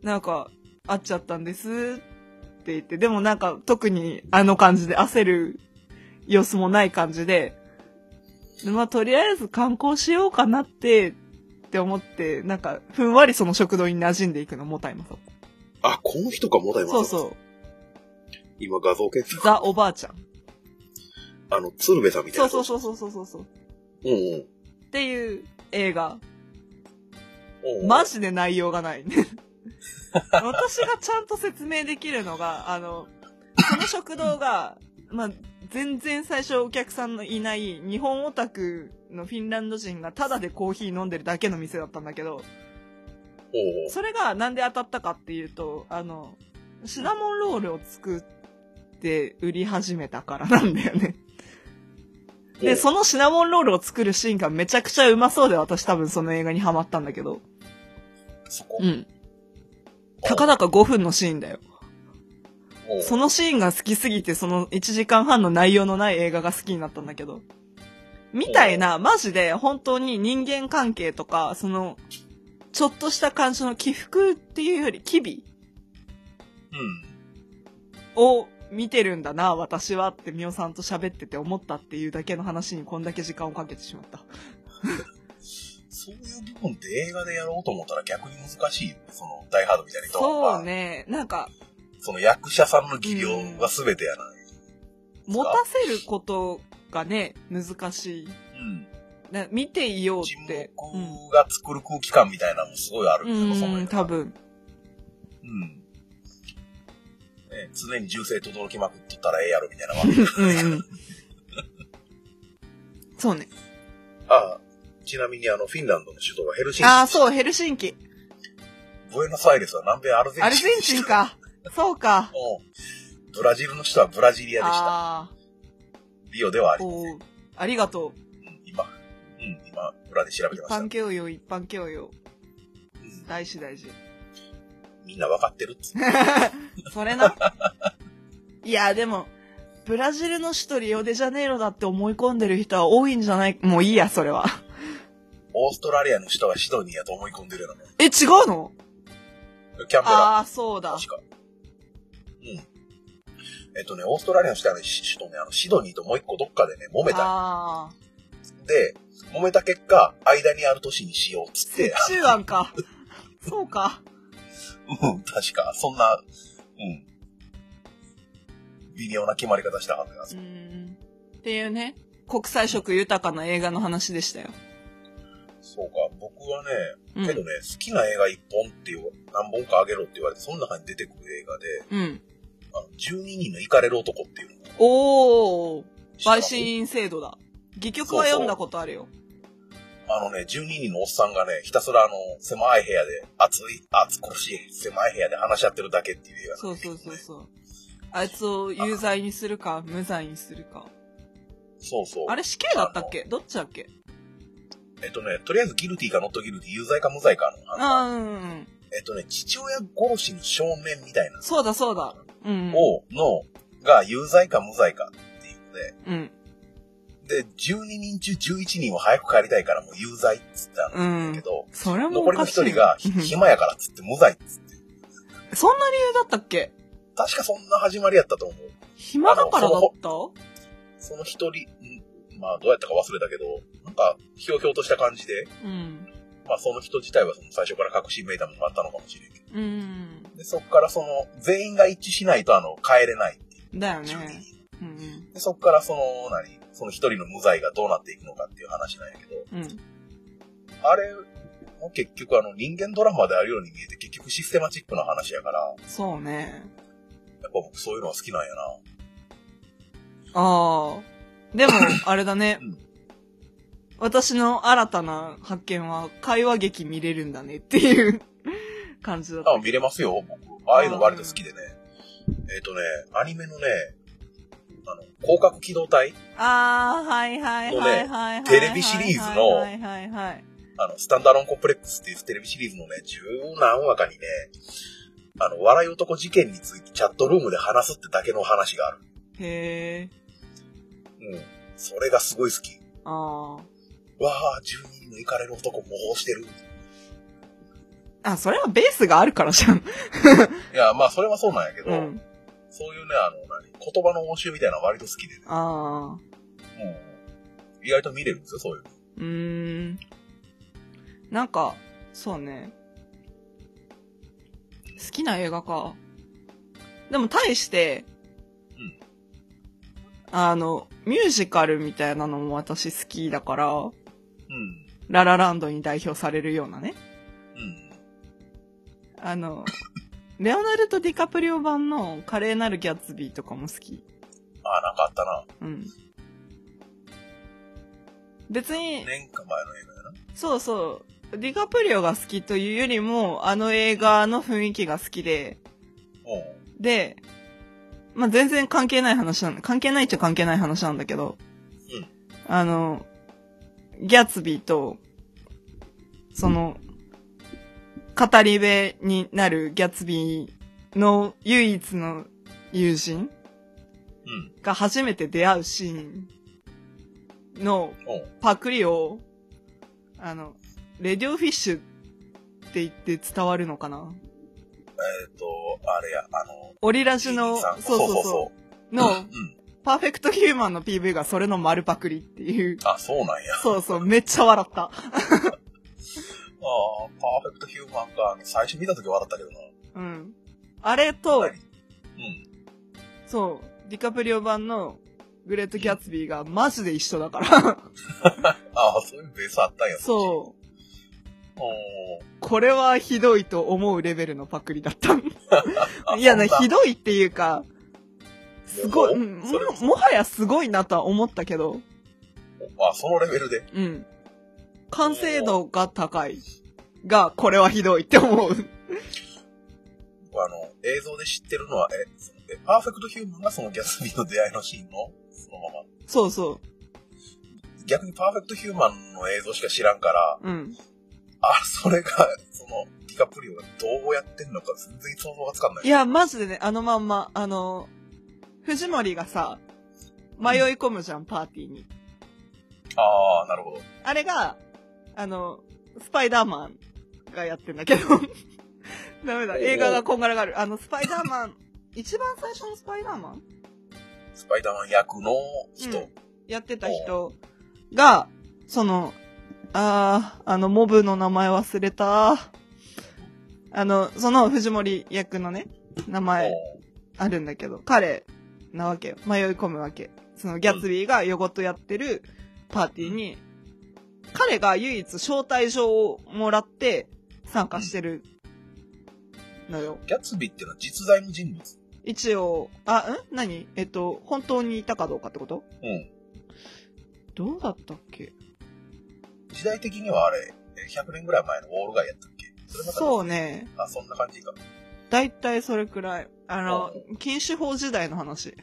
なんか、会っちゃったんですって言って、でもなんか特にあの感じで焦る様子もない感じで、でまあとりあえず観光しようかなって、って思って、なんか、ふんわりその食堂に馴染んでいくの、もたいまさこ
あ、この人か、モダイマサ
そう
コ
そ
今画像検
う、
索。
ザ・おばあちゃん。
あの、鶴瓶さんみたい
そう
な。
そうそうそうそうそうそう。
う。うんうん
っていう映画。
おう。
マジで内容がない ね。私がちゃんと説明できるのが、あの、その食堂が、まあ、全然最初お客さんのいない日本オタクのフィンランド人がタダでコーヒー飲んでるだけの店だったんだけど、
おう
それがなんで当たったかっていうと、あの、シナモンロールを作って売り始めたからなんだよね。で、そのシナモンロールを作るシーンがめちゃくちゃうまそうで私多分その映画にハマったんだけど。
そこ
う。ん。たかだか5分のシーンだよ。
おう
そのシーンが好きすぎて、その1時間半の内容のない映画が好きになったんだけど。みたいな、マジで本当に人間関係とか、その、ちょっとした感じの起伏っていうより、機微
うん。
を見てるんだな、私はってみおさんと喋ってて思ったっていうだけの話にこんだけ時間をかけてしまった。
そういう部分って映画でやろうと思ったら逆に難しいよね。その、ダイハードみたいな人は。
そうね、なんか、
その役者さんの技量が全てやな。
持たせることがね、難しい。
うん。
な見ていようっ
沈
て。うん
黙が作る空気感みたいなのもすごいあるけど、その
うん、
映
多
画
分。
うん。ね、常に銃声轟きまくっとったらええやろみたいなのは。
うんうん。そうね。
ああ、ちなみにあの、フィンランドの首都はヘルシンキ。
ああ、そう、ヘルシンキ。
ブエノスアイレスは南米アルゼンチン。
アルゼンチン。 か。そうか。
うん。ブラジルの首都はブラジリアでした。
あ
リオではあ
あ、
りません。
おうありがとう。
うん今、うん、今、裏で調べ
一
てました。う
般
ん
教養、一般教養。大事大事。
みんな分かってるっつ って。
それ な。いや、でも、ブラジルの首都リオデジャネイロだって思い込んでる人は多いんじゃないもういいや、それは。
オーストラリアの首都はシドニーやと思い込んでるようなも
え、違うの
ん。キャンベラ。
ああ、そうだ。
確か。うん。えっとね、オーストラリアの首都はねし首都ね、あの、シドニーともう一個どっかでね、揉めた。
ああ。
で、揉めた結果、間にある都市にしようっつ って、
中案か。そうか。
うん、確か、そんな、うん。微妙な決まり方したはずが
う、ーん。っていうね、国際色豊かな映画の話でしたよ。
そうか、僕はね、
うん
けどね、好きな映画1本っていう、何本かあげろって言われて、その中に出てくる映画で、
うん。
あの12人のイカれる男っていうのが
おー、
知らん
陪審員制度だ。戯曲は読んだことあるよ。
ああのね、12人のおっさんがね、ひたすらあの、狭い部屋で、暑い、暑苦しい、狭い部屋で話し合ってるだけっていう映画
そうそうそうそう。あいつを有罪にするか、無罪にするか。
そうそう。
あれ死刑だったっけどっちだっけ
えっとね、とりあえずギルティかノットギルティ、有罪か無罪かの話。
ああ、うんうんうん。
えっとね、父親殺しの少年みたいな
そうだそうだ。うんうん。
を、の、が有罪か無罪かっていうの
うん。
で、で、12人中11人は早く帰りたいからもう有罪っつったん
うん
だけ。ど、
それもお
残りの
か
1
しいよ。
人がひ
うん
暇やからっつって無罪っつって。
そんな理由だったっけ
確かそんな始まりやったと思う。
暇だからだった
その1人、んまあどうやったか忘れたけど、なんか、ひょうひょうとした感じで、
うん。
まあその人自体はその最初から隠しめいたのがあったのかもしれんけど。
うん。
で、そっからその、全員が一致しないとあの、帰れないっていう。
だよ
12人
ね。うん
で、そこからその、何その一人の無罪がどうなっていくのかっていう話なんやけど、
うん。うん。
あれも結局あの人間ドラマであるように見えて結局システマチックな話やから、やっ
そうね。
ぱ僕そういうのは好きなんやな。
ああ。 でも、あれだね
うん。
私の新たな発見は、会話劇見れるんだねっていう 感じだった。
あ、見れますよ、僕。ああいうの割と好きでね。えっ、とね、アニメのね、あの、広角機動隊、
ああ、はいはいはいはいはいはいはいはいはい。
テレビシリーズの
はいはいはい。
あの、スタンダロンコンプレックスっていうテレビシリーズのね、十何話かにね、あの、笑い男事件についてチャットルームで話すってだけの話がある。
へえ。
うん。それがすごい好き。
あ
わあ、12人の行かれる男模倣してる。
あ。あ、それはベースがあるからじゃん。
いや、まあ、それはそうなんやけど、
うん。
そういうね、あの、何言葉の応酬みたいなのは割と好きでね。
ああ。
うん。意外と見れるんですよ、そういうの。
うーん。なんか、そうね。好きな映画か。でも、対して、
うん
あの、ミュージカルみたいなのも私好きだから、
うん。
ララランドに代表されるようなね。
うん。
あ の、レオナルド・ディカプリオ版の華麗なるギャッツビーとかも好き。
ああ、なんかあったな。
うん。別に、
年間前の映画やな。
そうそう。ディカプリオが好きというよりも、あの映画の雰囲気が好きで、
うん。
で、まあ、全然関係ない話なん関係ないっちゃ関係ない話なんだけど、
うん
あの、ギャツビーと、その、語り部になるギャツビーの唯一の友人
うん。
が初めて出会うシーンの
うん。
パクリを、あの、レディオフィッシュって言って伝わるのかな
えっ、と、あれや、あの、
オリラジの、
さ
そ
ん
うそうそう、
う
の、
うん。
パーフェクトヒューマンの PV がそれの丸パクリって いう。
あ、そうなんや。あ
そうそう、めっちゃ笑った。
あ、パーフェクトヒューマンか。最初見た時笑ったけどな。
うん。あれと、
うん。
そう、ディカプリオ版のグレート・ギャツビーがマジで一緒だ から。
ああ、そういうベースあったんや。
そう。
う。おー
これはひどいと思うレベルのパクリだ った。いやね、
あそ
ひ
んな
どいっていうか、すごい、うん
それ
ももはやすごいなとは思ったけど、
あ、そのレベルで。
うん。完成度が高い。が、これはひどいって思う。
あの、映像で知ってるのは、え、そのえパーフェクトヒューマンがそのギャツビーの出会いのシーンの、そのまま。
そうそ
逆にパーフェクトヒューマンの映像しか知らんから、
う。うん。
あ、それが、その、ディカプリオがどうやってんのか全然想像がつかんない。
いや、マジでね、あのまんま、あの、藤森がさ、迷い込むじゃん、パーティーに。
ああ、なるほど。
あれが、あの、スパイダーマンがやってんだけど。 ダメだ、映画がこんがらがる。あの、スパイダーマン、 一番最初のスパイダーマン
スパイダーマン役の人。
うんやってた人が、その、あー、あの、モブの名前忘れた。あの、その藤森役のね、名前
おう
あるんだけど、彼なわけよ。迷い込むわけ。そのギャツビーがヨゴとやってるパーティーに、彼が唯一招待状をもらって参加してるのよ。
ギャツビーっていうのは実在の人物。
一応、あ、ん何えっと、本当にいたかどうかってこと
うん。
どうだったっけ
時代的にはあれ、100年ぐらい前のウォール街やったっけそれまた
そうね。
あ、そんな感じか。うん。
だいたいそれくらい。あの、禁酒法時代の話。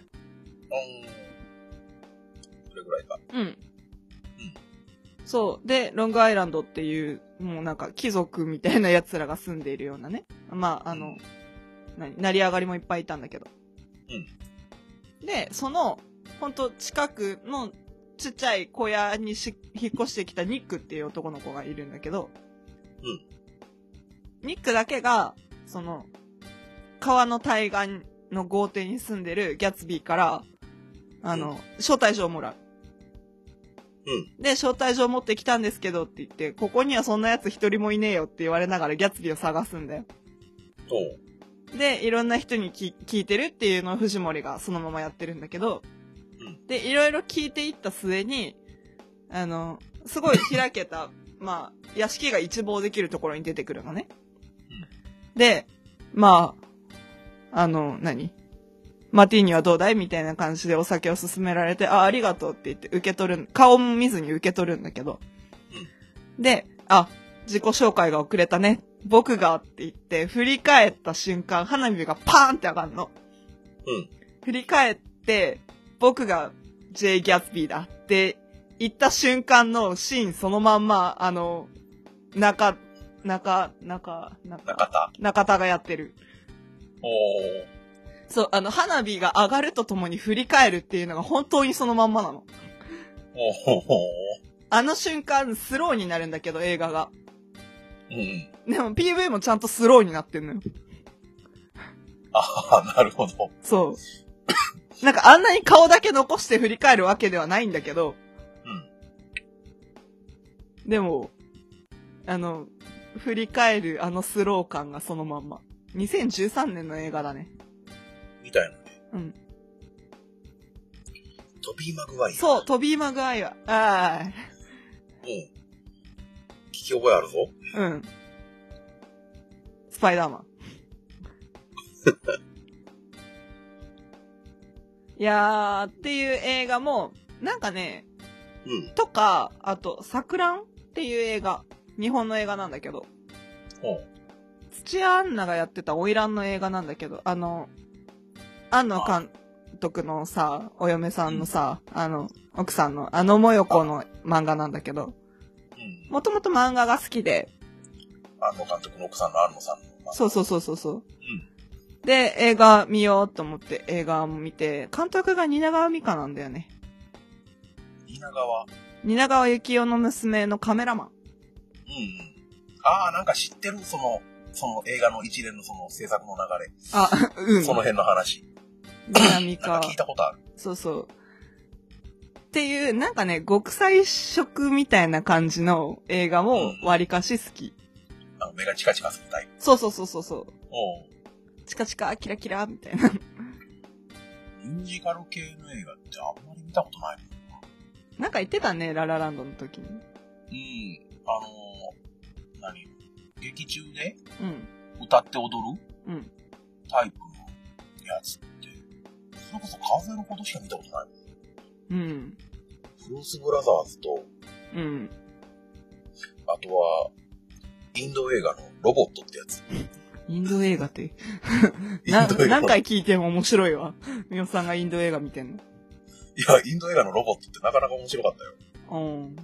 それぐらいか。
うん。そう。で、ロングアイランドっていう、もうなんか貴族みたいな奴らが住んでいるようなね。まあ、あの、何、成り上がりもいっぱいいたんだけど。で、その、ほんと近くのちっちゃい小屋にし引っ越してきたニックっていう男の子がいるんだけど、ニックだけが、その、川の対岸の豪邸に住んでるギャツビーから、あの、招待状をもらう。で、招待状持ってきたんですけどって言って、ここにはそんな奴一人もいねえよって言われながらギャツビーを探すんだよ。
うん。と、
で、いろんな人にき聞いてるっていうのを藤森がそのままやってるんだけど
うん、
で、いろいろ聞いていった末に、あの、すごい開けた、まあ、屋敷が一望できるところに出てくるのね。で、まあ、あの、何マティーニはどうだいみたいな感じでお酒を勧められて、あ、ありがとうって言って受け取るん、顔も見ずに受け取るんだけど。で、あ、自己紹介が遅れたね。僕がって言って、振り返った瞬間、花火がパーンって上がるの。
うん。
振り返って、僕が J ・ギャツビーだって言った瞬間のシーンそのまんま、あの、中、中、中、
中
中、
田。
中田がやってる。
おー。
そう、あの、花火が上がるとともに振り返るっていうのが本当にそのまんまなの。
おーおー
あの瞬間、スローになるんだけど、映画が。
うんうん。
でも PV もちゃんとスローになってんのよ。
ああ、なるほど。
そう。 なんかあんなに顔だけ残して振り返るわけではないんだけど、
うん。
でも、あの、振り返るあのスロー感がそのまんま。2013年の映画だね。
みたいなね。
うん。
トビー・マグワイア。う。
そう、トビー・マグアイは、あ
うん。聞き覚えあるぞ。
あ、うん。スパイダーマン。いやー、っていう映画も、なんかね、
うん。
とか、あと、錯乱っていう映画。日本の映画なんだけど。
おう
土屋アンナがやってた花魁の映画なんだけど、あの、アンナ監督のさ、お嫁さんのさ、あの、奥さんの、あのもよこの漫画なんだけど、
うん。
もともと漫画が好きで、
安野監督の奥さんの安野さんの。。
そううそうそうそうそう。で、映画見ようと思って映画も見て、監督が蜷川美香なんだよね。
稲川。うん
蜷川幸雄の娘のカメラマン。
うん。ああ、なんか知ってる、その、その映画の一連のその制作の流
あ、う
れ。
ん。
その辺の話。
蜷美
な
香
んか聞いたことある。
そうそう。っていう、なんかね、極彩色みたいな感じの映画も割かし好き。
あの目がチカチカするタイプ。
そうそうそうそうそう。
おう
チカチカ、キラキラ、みたいな。
ミュージカル系の映画ってあんまり見たことないもんな。
なんか言ってたね、ララランドの時に。
うん。あのー、何劇中で
うん。
歌って踊る
うん。
タイプのやつって、それこそ風のことしか見たことない。
うん。
ブルース・ブラザーズと、
うん。
あとは、インド映画のロボットってやつ。
インド映画 って。
イ
な
ンド映画
何
の
回聞いても面白いわ。みおさんがインド映画見てん
いや、インド映画のロボットってなかなか面白かったよ。
の。うん。
うん。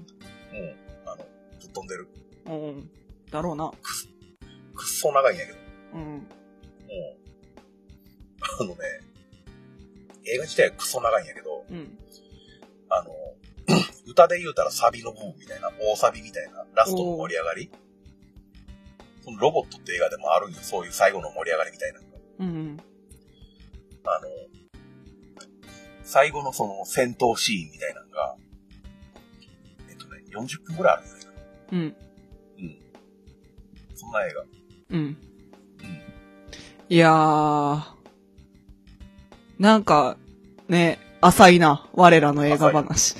あの、ぶっ飛んでる。
うん。だろうな。
くっそ長いんやけど。も
うん。
う、あのね、映画自体はくっそ長いんやけど、
うん。
あの、 歌で言うたらサビの部分みたいな、大サビみたいな、ラストの盛り上がり。そのロボットって映画でもあるんよ、そういう最後の盛り上がりみたいなのが。
うん。
あの、最後のその戦闘シーンみたいなのが、えっとね、40分ぐらいあるんじゃないかな。
うん。
そんな映画。
うん。いやー。なんか、ね、浅いな。我らの映画話。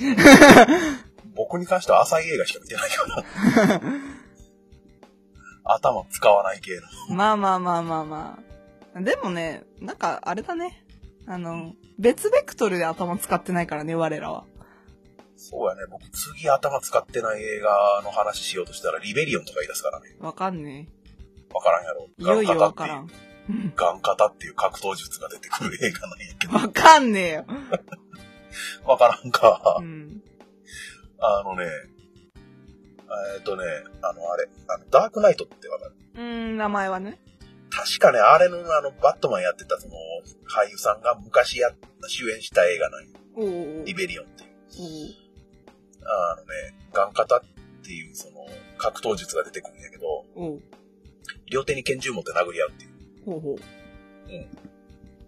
僕に関しては浅い映画しか見てないから。頭使わない系の。
まあまあまあまあまあ。でもね、なんか、あれだね。あの、別ベクトルで頭使ってないからね、我らは。
そうやね。僕、次頭使ってない映画の話しようとしたら、リベリオンとか言い出すからね。
わかんね
わからんやろ。
え。いよいよわ
ガ
から
ンカタっていう
ん。
ガン型っていう格闘術が出てくる映画なんや け
わかんねえよ。
ど。わからんか
う。ん。
あのね、えっ、とね、あの、あれ、あのダークナイトってわかる
うーん、名前はね。
確かね、あれの、あの、バットマンやってた、その、俳優さんが昔やった、主演した映画なんよ
おうおう
リベリオンっていう。
おう
あのね、ガン型っていう、その、格闘術が出てくるんやけど、
おう
両手に拳銃持って殴り合うっていう。
ほうほ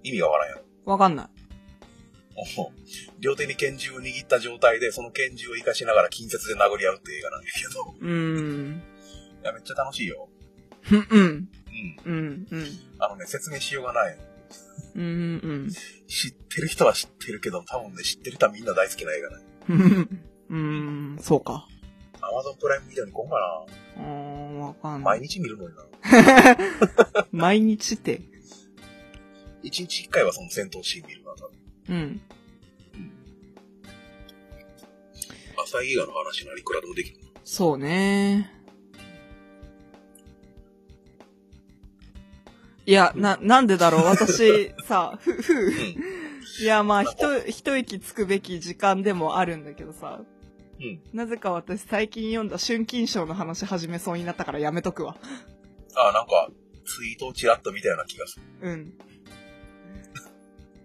意味がわからんやろ。
う。わかんない。
もう 両手に拳銃を握った状態で、その拳銃を活かしながら近接で殴り合うっていう映画なんやけど、
うーん。
いや、めっちゃ楽しいよ。
うん、うん、
うん。
うん、うん。
あのね、説明しようがない。
うん、うん
知ってる人は知ってるけど、多分ね、知ってる人はみんな大好きな映画ね。
うん。うーん、そうか。
アマゾンプライムビデオに行こうか
うーん、わか
な。
んな
毎
い。
日見るのにな。
毎日って。
一日一回はその戦闘シーン見るな、多分。
うん。
朝映画の話ならいくらでもできる。
そうね。いや、な、なんでだろう私、さ、ふ、ふ、
うん。
いや、まあ、ひと、一息つくべき時間でもあるんだけどさ。
うん。
なぜか私最近読んだ春金賞の話始めそうになったからやめとくわ。
あ、なんか、ツイートをチラッと見たような気がする。
うん。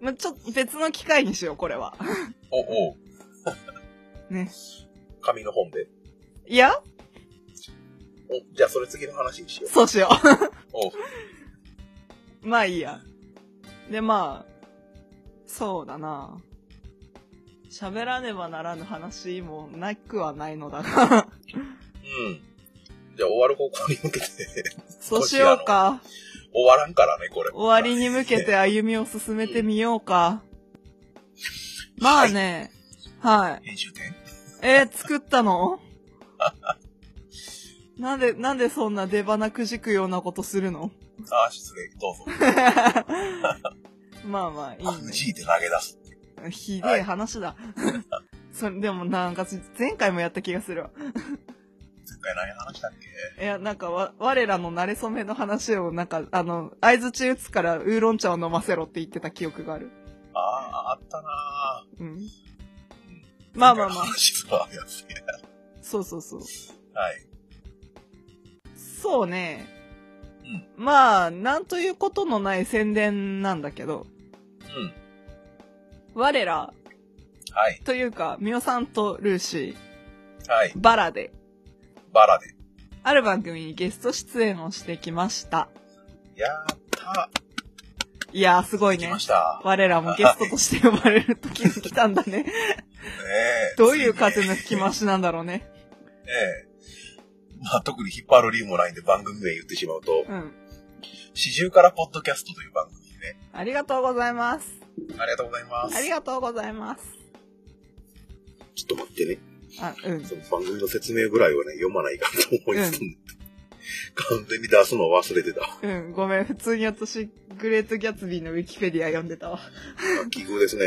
まあ、ちょっと別の機会にしよう、これは。
お、おう。
ね。
紙の本で。
いや、
お、じゃあそれ次の話にしよう。
そうしよ
お
う。
う。
まあいいや。で、まあ、そうだな。喋らねばならぬ話もなくはないのだが。
うん。じゃあ終わる方向に向けて、
そうしようか。
終わらんからね、これ。
終わりに向けて歩みを進めてみようか。まあね、はい。
編集点
えー作ったのなんで、なんでそんな出花くじくようなことするの
あ、失礼。どうぞ。
まあまあ、いい
くじいて投げ出す。
ね。ひでえ話 だ。それでもなんか、前回もやった気がするわ。
前回何話したっけ
いや、なんかわ、我らの馴れ初めの話を、なんか、あの、合図中打つからウーロン茶を飲ませろって言ってた記憶がある。
ああ、あったなあ
うん。まあまあま
前回の
あ、
話とはやつね
そうそうそう。
はい。
そうね。まあ、なんということのない宣伝なんだけど、
うん。
我ら、
はい。
というか、ミオさんとルーシ
はい。
ー、バラで、
バラで。
ある番組にゲスト出演をしてきました。
やった
いやー、すごい
ー。来
ね
ま。した。
我らもゲストとして呼ばれる時に来たんだね。
ねえ
どういう風の吹き回しなんだろうね。
ええまあ特に引っ張る理由もないんで番組名言ってしまうと、
うん。
四十からポッドキャストという番組ね。
ありがとうございます。
ありがとうございます。
ありがとうございます。
ちょっと待ってね。
あ、うん。
その番組の説明ぐらいはね、読まないかと思いつつ、完全に出すのを忘れてた。
うん。ごめん。普通に私、グレートギャツビーのウィキペディア読んでたわ。
奇遇ですね。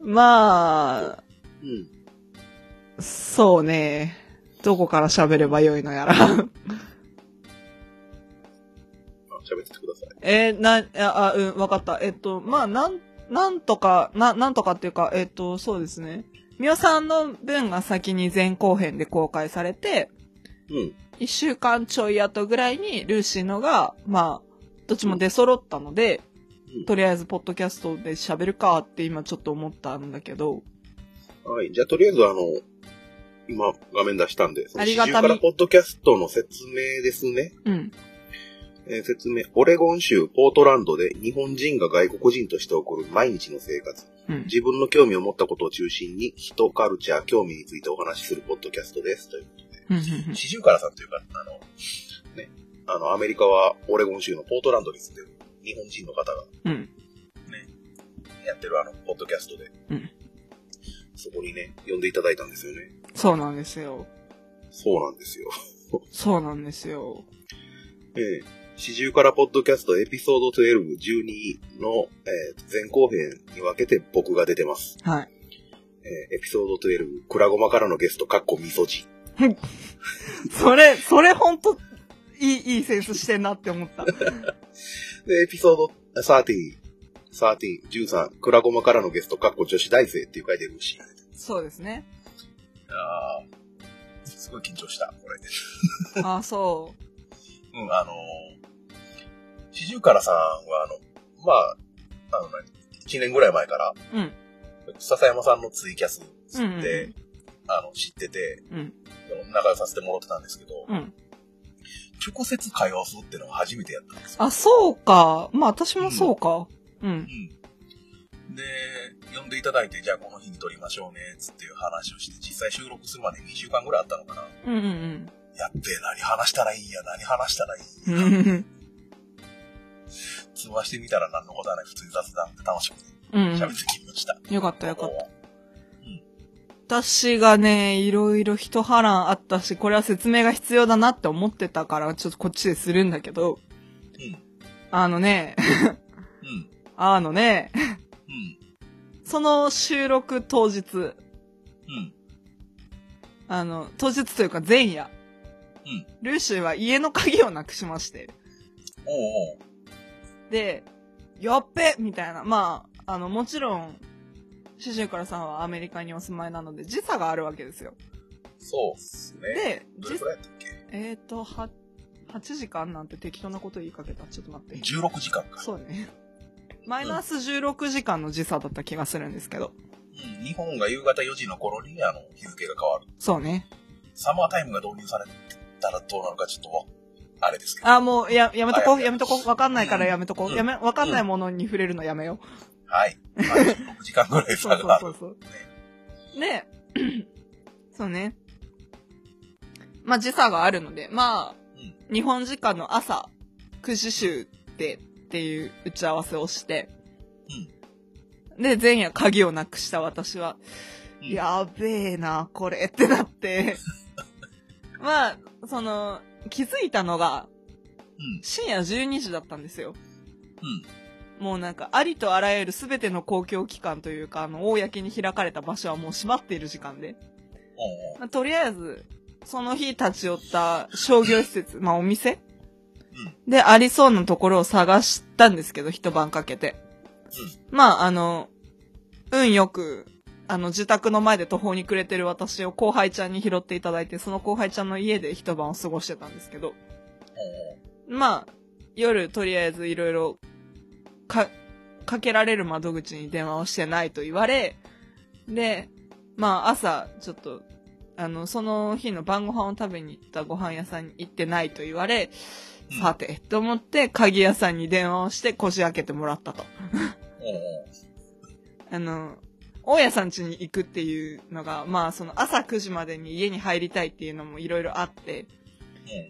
ま
うん。
あ、そうね。どこから喋ればよいのやら。
あ喋っててください。
えーな、あ、あうん、わかった。えっと、まあ、なん、なんとか、な、なんとかっていうか、えっと、そうですね。みおさんの分が先に前後編で公開されて、
うん。
一週間ちょい後ぐらいにルーシーのが、まあ、どっちも出揃ったので、
うん
とりあえずポッドキャストで喋るかって今ちょっと思ったんだけど、
はい。じゃあ、とりあえず、あの、今、画面出したんで、その
ありがたみ
四十からポッドキャストの説明ですね。
うん。
えー説明。オレゴン州ポートランドで日本人が外国人として送る毎日の生活。
うん。
自分の興味を持ったことを中心に、人、カルチャー、興味についてお話しするポッドキャストです。という
うんうんうん
四十からさんというか、あの、ね、あの、アメリカはオレゴン州のポートランドに住んでる日本人の方が
うん。
やってるあの、ポッドキャストで、
うん
そこにね、呼んでいただいたんですよね。
そうなんですよ。
そうなんですよ。
そうなんですよ。
ええ四十からポッドキャストエピソード12、12の、えー前後編に分けて僕が出てます。
はい。
ええーエピソード12、クラゴマからのゲスト、かっこみそじ。
それ、それほんと、いい、いいセンスしてんなって思った。
で、エピソード13、13、13、クラゴマからのゲスト、かっこ女子大生っていう書いてるし。
そうですね。
あーすごい緊張した、これ。
あ、そ
うん、あのー、シジュウカラさんは、あの、まあ、あの、ね、1年ぐらい前から、
う。うん。
笹山さんのツイキャス
うんうんうん
で、あの、知ってて、
うん。
仲良くさせてもらってたんですけど、
うん。
直接会話をするっていうのは初めてやったんですよ。
あ、そうか。まあ、私もそうか。う。
うんん。で、呼んでいただいて、じゃあこの日に撮りましょうね、つっていう話をして、実際収録するまで2週間ぐらいあったのかな。
うんうん
やっべえ、何話したらいいんや、何話したらいい
うんうんうん。
通話してみたら何のことはない、普通に雑談で楽しく
うんう
喋
ん
ってきました。
よかったよかった。
た。
私がね、いろいろ人波乱あったし、これは説明が必要だなって思ってたから、ちょっとこっちでするんだけど、
うん。
あのね、
うん。
あのね、
うん。
その収録当日、
うん。
あの、当日というか前夜、
うん
ルーシーは家の鍵をなくしまして、
おうおう。
で、やっべみたいな。まあ、あの、もちろん、シジュウカラさんはアメリカにお住まいなので、時差があるわけですよ。
そうっすね。
で、
どれ
時
くらいやったっけ
えっ、ー、と、は、8時間なんて適当なこと言いかけた。ちょっと待って。
?16 時間か。
そうね。マイナス16時間の時差だった気がするんですけど。
うん。日本が夕方4時の頃に、あの、日付が変わる。
そうね。
サマータイムが導入されたらどうなるかちょっと、あれですけど。
あ、もう、や、やめとこ
あ
う、
や
やめとこう。わかんないからやめとこ
う
う。
ん
やめ、わかんないものに触れるのやめよ。
はい。まあ16時間ぐらいう差
そう
があ
そう
る。
そうそう。ね そうね。まあ、時差があるので、まあ、日本時間の朝、9時集でっていう打ち合わせをして、で、前夜鍵をなくした私は、
うん
やべえな、これってなって。まあ、その、気づいたのが、
うん。
深夜12時だったんですよ。
うん。
もうなんか、ありとあらゆる全ての公共機関というか、あの、公に開かれた場所はもう閉まっている時間で。
おうおう。
まあとりあえず、その日立ち寄った商業施設、まあお店で、ありそうなところを探したんですけど、一晩かけて。まあ、あの、運よく、あの、自宅の前で途方に暮れてる私を後輩ちゃんに拾っていただいて、その後輩ちゃんの家で一晩を過ごしてたんですけど、
おうおう。
まあ、夜とりあえずいろいろ、か、かけられる窓口に電話をしてないと言われ、で、まあ朝、ちょっと、あの、その日の晩ご飯を食べに行ったご飯屋さんに行ってないと言われ、
うん
さて、と思って鍵屋さんに電話をして腰開けてもらったと。
おうおう。
あの、大家さん家に行くっていうのが、まあその朝9時までに家に入りたいっていうのもいろいろあって、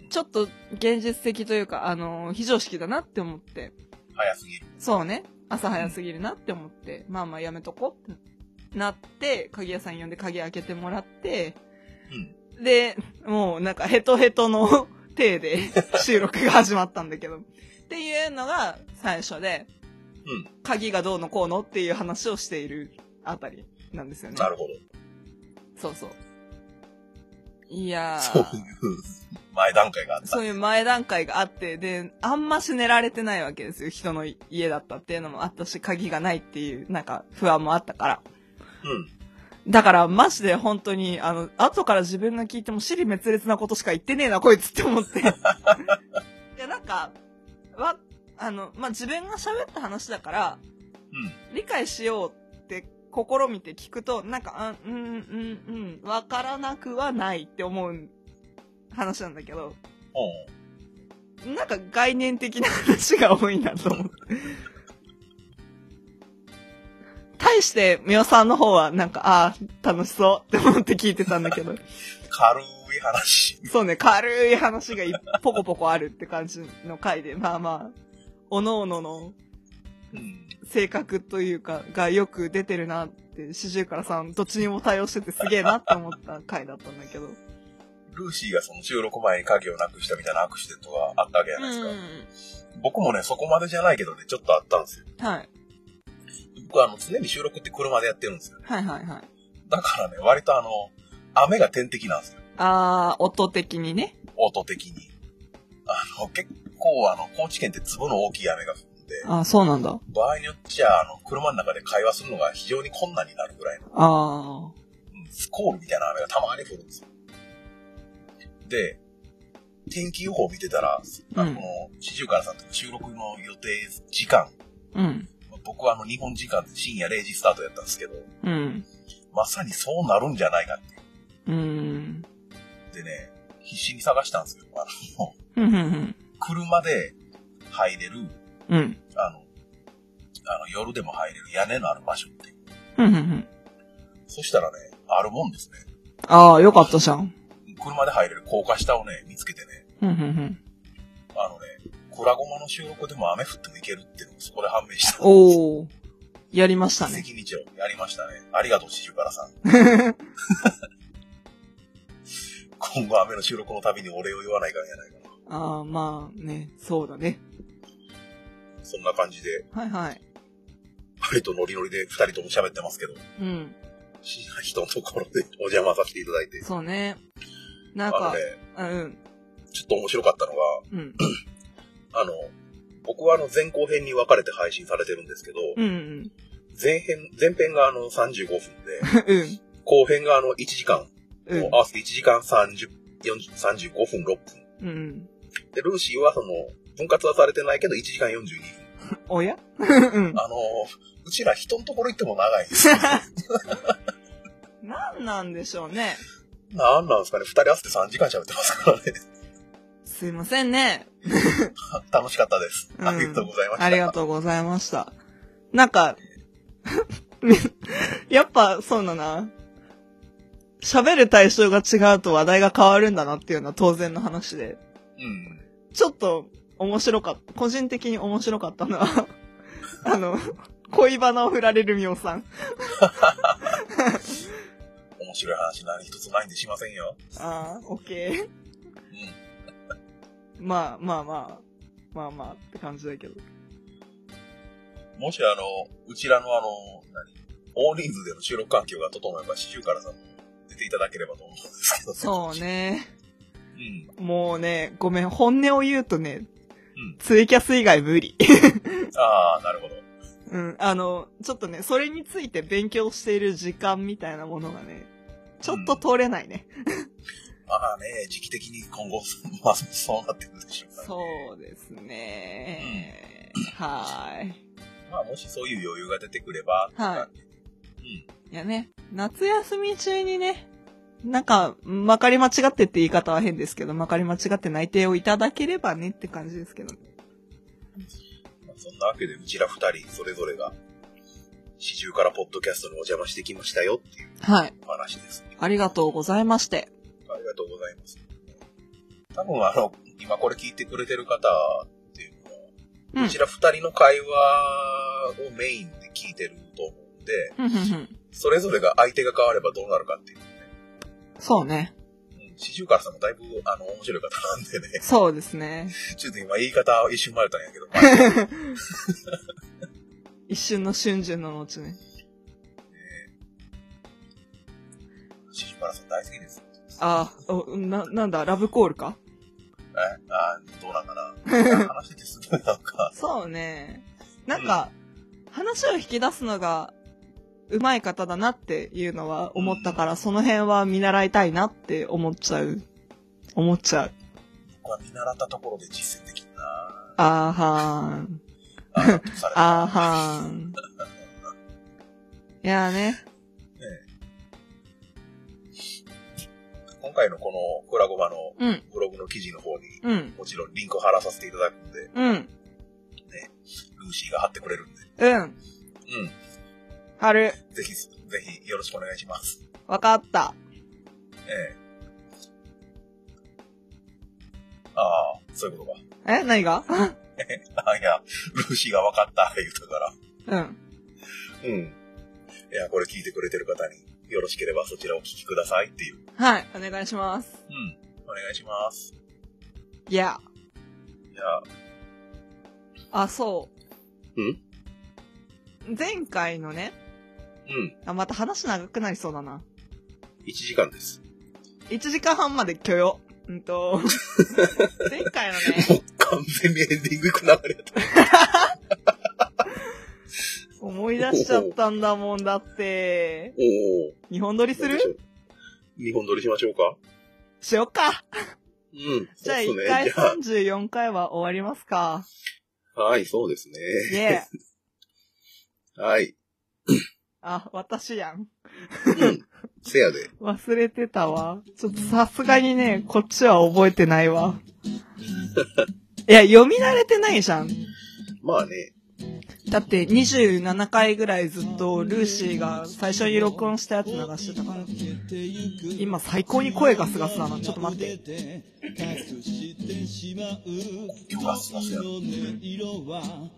うん。
ちょっと現実的というか、あの、非常識だなって思って、
早すぎる。
そうね。朝早すぎるなって思って、まあまあやめとこうってなって、鍵屋さん呼んで鍵開けてもらって、
うん。
で、もうなんかヘトヘトの 体で 収録が始まったんだけど。っていうのが最初で、
う
鍵がどうのこうのっていう話をしているあたりなんですよ
ん。
ね。
なるほど。
そうそう。いやー。
そういう前段階があった。
そういう前段階があって、で、あんまし寝られてないわけですよ。人の家だったっていうのもあったし、鍵がないっていう、なんか、不安もあったから。
うん。
だから、マジで本当に、あの、後から自分が聞いても、尻滅裂なことしか言ってねえな、こいつって思って。いや、なんか、わ、あの、まあ、自分が喋った話だから、理解しようって試みて聞くと、なんか、あうん、うん、うん、わからなくはないって思う話なんだけど、
おうおう。
なんか概念的な話が多いなと 思って。対して、みおさんの方は、なんか、ああ、楽しそうって思って聞いてたんだけど。
軽い話。
そうね、軽い話がいポコポコあるって感じの回で、まあまあ、おのおのの
うん。
性格というか、がよく出てるなって、四十からさん、どっちにも対応しててすげえなって思った回だったんだけど。
ルーシーがその収録前に鍵をなくしたみたいなアクシデントがあったわけじゃないですか。
う
僕もね、そこまでじゃないけどね、ちょっとあったんですよ。
ん。はい。
僕はあの、常に収録って車でやってるんですよ。
はいはいはい。
だからね、割とあの、雨が天敵なんですよ。
あー、音的にね。
音的に。あの、結構あの、高知県って粒の大きい雨が降るんで、
あー、そうなんだ。
場合によっちゃ、あの、車の中で会話するのが非常に困難になるぐらいの、
あ
うんスコールみたいな雨がたまに降るんですよ。で、天気予報見てたら、あの、
うん
この、四十からさんと収録の予定時間、
ー、うん。
僕はあの、日本時間で深夜0時スタートやったんですけど、
うん。
まさにそうなるんじゃないかって
うーん。
言ってね、必死に探したんですよ。あの、
ふんふんふん。
車で入れる、
うん。
あの、あの夜でも入れる屋根のある場所って。
ふんふんふん。
そしたらね、あるもんですね。
あー、よかったじゃん。
車で入れる高架下をね、見つけてね、
ふんふんふん。
あのね、クラゴマの収録でも雨降ってもいけるっていうのをそこで判明した。
おー、やりましたね。
奇跡道をやりましたね。ありがとう、シジュからさん。今後雨の収録のたびにお礼を言わないかんやないかな。
あー、まあね、そうだね。
そんな感じで、
はいはい。
割とノリノリで二人とも喋ってますけど、
うん。
深夜人のところでお邪魔させていただいて。
そうね。なん
あの
か
ね、、
あうん。
ちょっと面白かったのが、
うん。
あの、僕はあの前後編に分かれて配信されてるんですけど、
うんうん。
前編、前編があの35分で、
うん。
後編があの1時間、
うん
合わせて1時間30、40 35分6分。
うん。
で、ルーシーはその、分割はされてないけど1時間42分。
おやうん。
あの、うちら人のところ行っても長いんです
なんなんでしょうね。
なんなんですかね、2人合わせて3時間喋ってますからね。
すいませんね。
楽しかったです。
うん
ありがとうご ざいました。
ありがとうございました。なんか、 やっぱそうだな。喋る対象が違うと話題が変わるんだなっていうのは当然の話で。
うん。
ちょっと面白かった、個人的に面白かったのは、 あの、恋バナを振られるみおさん。
面白い話何一つないんでしませんよ。
ああ、オッケー。
うん。
まあまあまあ、まあまあって感じだけど。
もしあの、うちらのあの、何大人数での収録環境が整えば、四十からさんも出ていただければと思うんですけど。
そう。ね。
うん。
もうね、ごめん、本音を言うとね、
うん
ツイキャス以外無理。
ああ、なるほど。
うん、あの、ちょっとね、それについて勉強している時間みたいなものがね、ちょっと通れないね。
まあね、時期的に今後、 まあそうなってくるでしょうから、ね。
そうですね。はーい。
まあもしそういう余裕が出てくれば、。
はい
うん。
いやね、夏休み中にね、なんか、まかり間違ってって言い方は変ですけど、まかり間違って内定をいただければねって感じですけど、
まあそんなわけで、うちら二人、それぞれが、四十からポッドキャストにお邪魔してきましたよっていう
はい。
お話です。
ありがとうございまして。
ありがとうございます。多分あの、今これ聞いてくれてる方っていうのは、
うん。う
こ
ん
ちら二人の会話をメインで聞いてると思うんで、
うんうん
それぞれが相手が変わればどうなるかっていう。
そうね。
うん、四十からさんもだいぶ、あの、面白い方なんでね。
そうですね。
ちょっと今言い方一瞬迷ったんやけど、まあ
一瞬の瞬時の後ね。
四十からさん大好きです。
ああ、おな、なんだ、ラブコールか
えあどうなんかな。話しててすごいなんか、
そうね。なんか、話を引き出すのが、上手い方だなっていうのは思ったから、その辺は見習いたいなって思っちゃう。思っちゃう。
僕は見習ったところで実践できる な
あーはーん。
あ納得された
あーはーん。いやーね。
今回のこの、クラゴマの
うん、
ブログの記事の方に、
うん、
もちろんリンクを貼らさせていただくんで、
うん、
ルーシーが貼ってくれるんで、
うん。
う
はる、
ん。ぜひ、ぜひよろしくお願いします。
わかった。
ええ。ああ、そういうこ
え何が
とか。あいや、ルーシーが分かった、言うたか
う
ら。
ん。
うん。いや、これ聞いてくれてる方に、よろしければそちらをお聞きくださいっていう。
はい、お願いします。
うん。お願いします。
いや、
いや、
あ、そう。
うん
前回のね、
うん。
あ、また話長くなりそうだな。
1時間です。
1時間半まで許容。うん と、前回のね、
もう完全にエンディングいく流れやった。
思い出しちゃったんだもんだって。
おお。
日本撮りする
日本撮りしましょうか
しよっか。
うん。
じゃあ
そうっす
1
ね
回
じゃ
34回は終わります か。
あはい、そうですね。
イェー。
はい。
あ、私やん。
うん。せやで。
忘れてたわ。ちょっとさすがにね、こっちは覚えてない わ。いや、読み慣れてないじゃん。
まあね。
だって27回ぐらいずっとルーシーが最初に録音したやつ流してたから。今最高に声がすがすだな。ちょっと待って。
今日はすがすや。
さ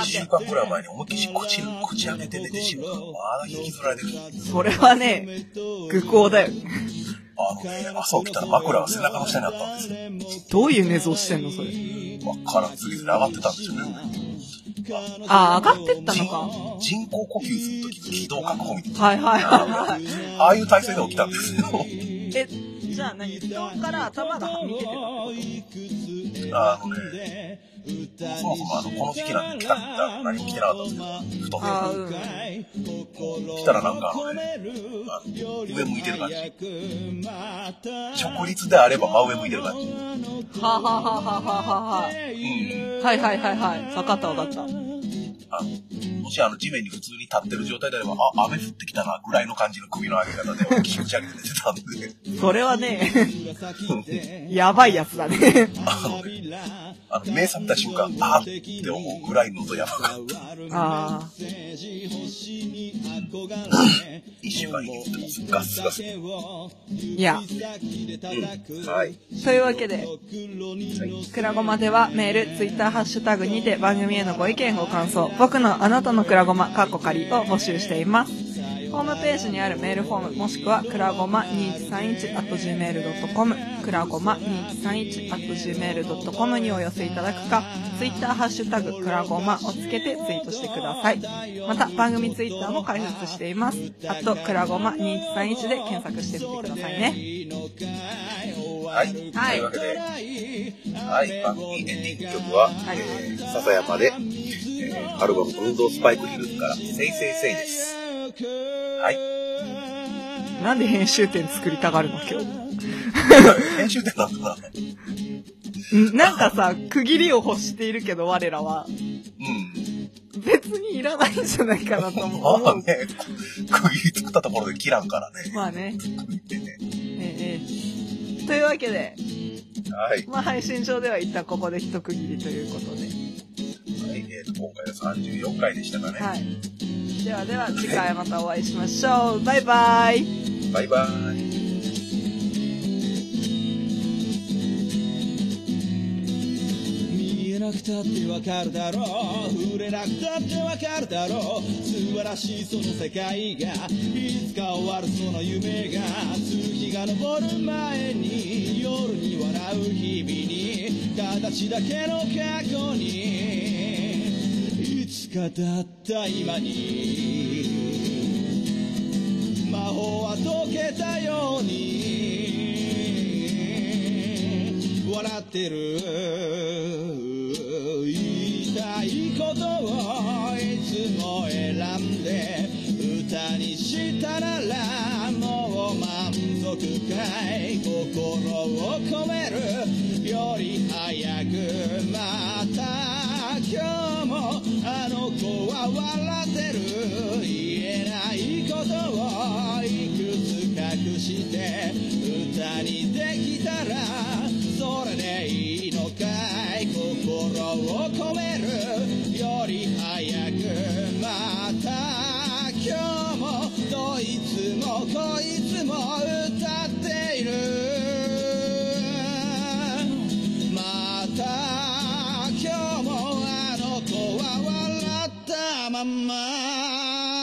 1週間くらい前に思いっきりこちこち上げて寝てしまうから、まだ引きずられてる。
それはね、愚行だよ。
あのね、朝起きたら枕が背中の下にあったんですよ。
どういう寝相してんのそれ。
真っ赤な次々上がってたんですよね。
あ、上がってったのか。
人工呼吸するときの気道確保みたいな。
はいはいはいはい。
ああいう体勢で起きたんですよ。
え、じゃあ何布団から頭がはみ出てた
あのね、そもそもあの、この時期なんで来たら何も来てなかったんですけど、
あ
布
うん。
団で。来たらなんかあのね、あの上向いてる感じ。直立であれば真上向いてる感じ。
はあ、はあはあはあはあはあ
うん。
はいはいはいはい。分かった分か った。
あの、もしあの地面に普通に立ってる状態であれば、あ、雨降ってきたな、ぐらいの感じの首の上げ方で、 大きく打ち上げて寝てたんで、
それはね、 やばいやつだね。
あのね、あの、目覚めた瞬間、あって思うぐらいのどやばかった。
ああ。
一週間にってます。ガスガス。
いや。
うん。はい。
というわけで、くらごまではメール、ツイッター、ハッシュタグにて番組へのご意見、ご感想、僕のあなたのくらごま、かっこかりを募集しています。ホームページにあるメールフォームもしくはくらごま 2131.gmail.com くらごま 2131.gmail.com にお寄せいただくかツイッターハッシュタグくらごまをつけてツイートしてくださいまた番組ツイッターも開発していますあとくらごま2131で検索してみてくださいね
はい。というわけで、はい。番組エンディング曲は、
はい
えー、笹山で、 えー、アルバム、運動スパイクヒルズから、せいせいせいです。はい。
なんで編集点作りたがるの今日
編集点なんだ
ん
な。
なんかさ区切りを欲しているけど我らは
うん。
別にいらないんじゃないかなと思う
まあね、釘作ったところで切らんからね。
まあね
釘ってね。
ええええというわけで、
はい。
まあ、配信上では一旦ここで一区切りということで、
はい、えーと、今回は34回でしたかね。
はい、ではでは次回またお会いしましょうバイバイ
バイバーイ。
見えなくたってわかるだろう触れなくたってわかるだろう素晴らしいその世界がいつか終わるその夢が月が昇る前に夜に笑う日々に形だけの過去にいつかだった今に魔法は解けたように笑ってる言いたいことをいつも選んで歌にしたならもう満足かい心を込めるより早くまた今日もあの子は笑ってる言えないことをいくつ隠して歌にできたらそれでいいのかい心を込めるより早くまた今日もどいつもこいつも歌っているまた今日もあの子は笑ったまんま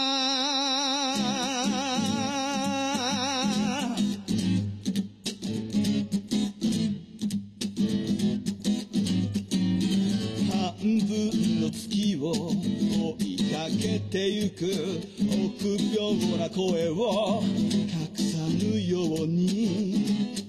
半分の月を追いかけてゆく臆病な声を隠さぬように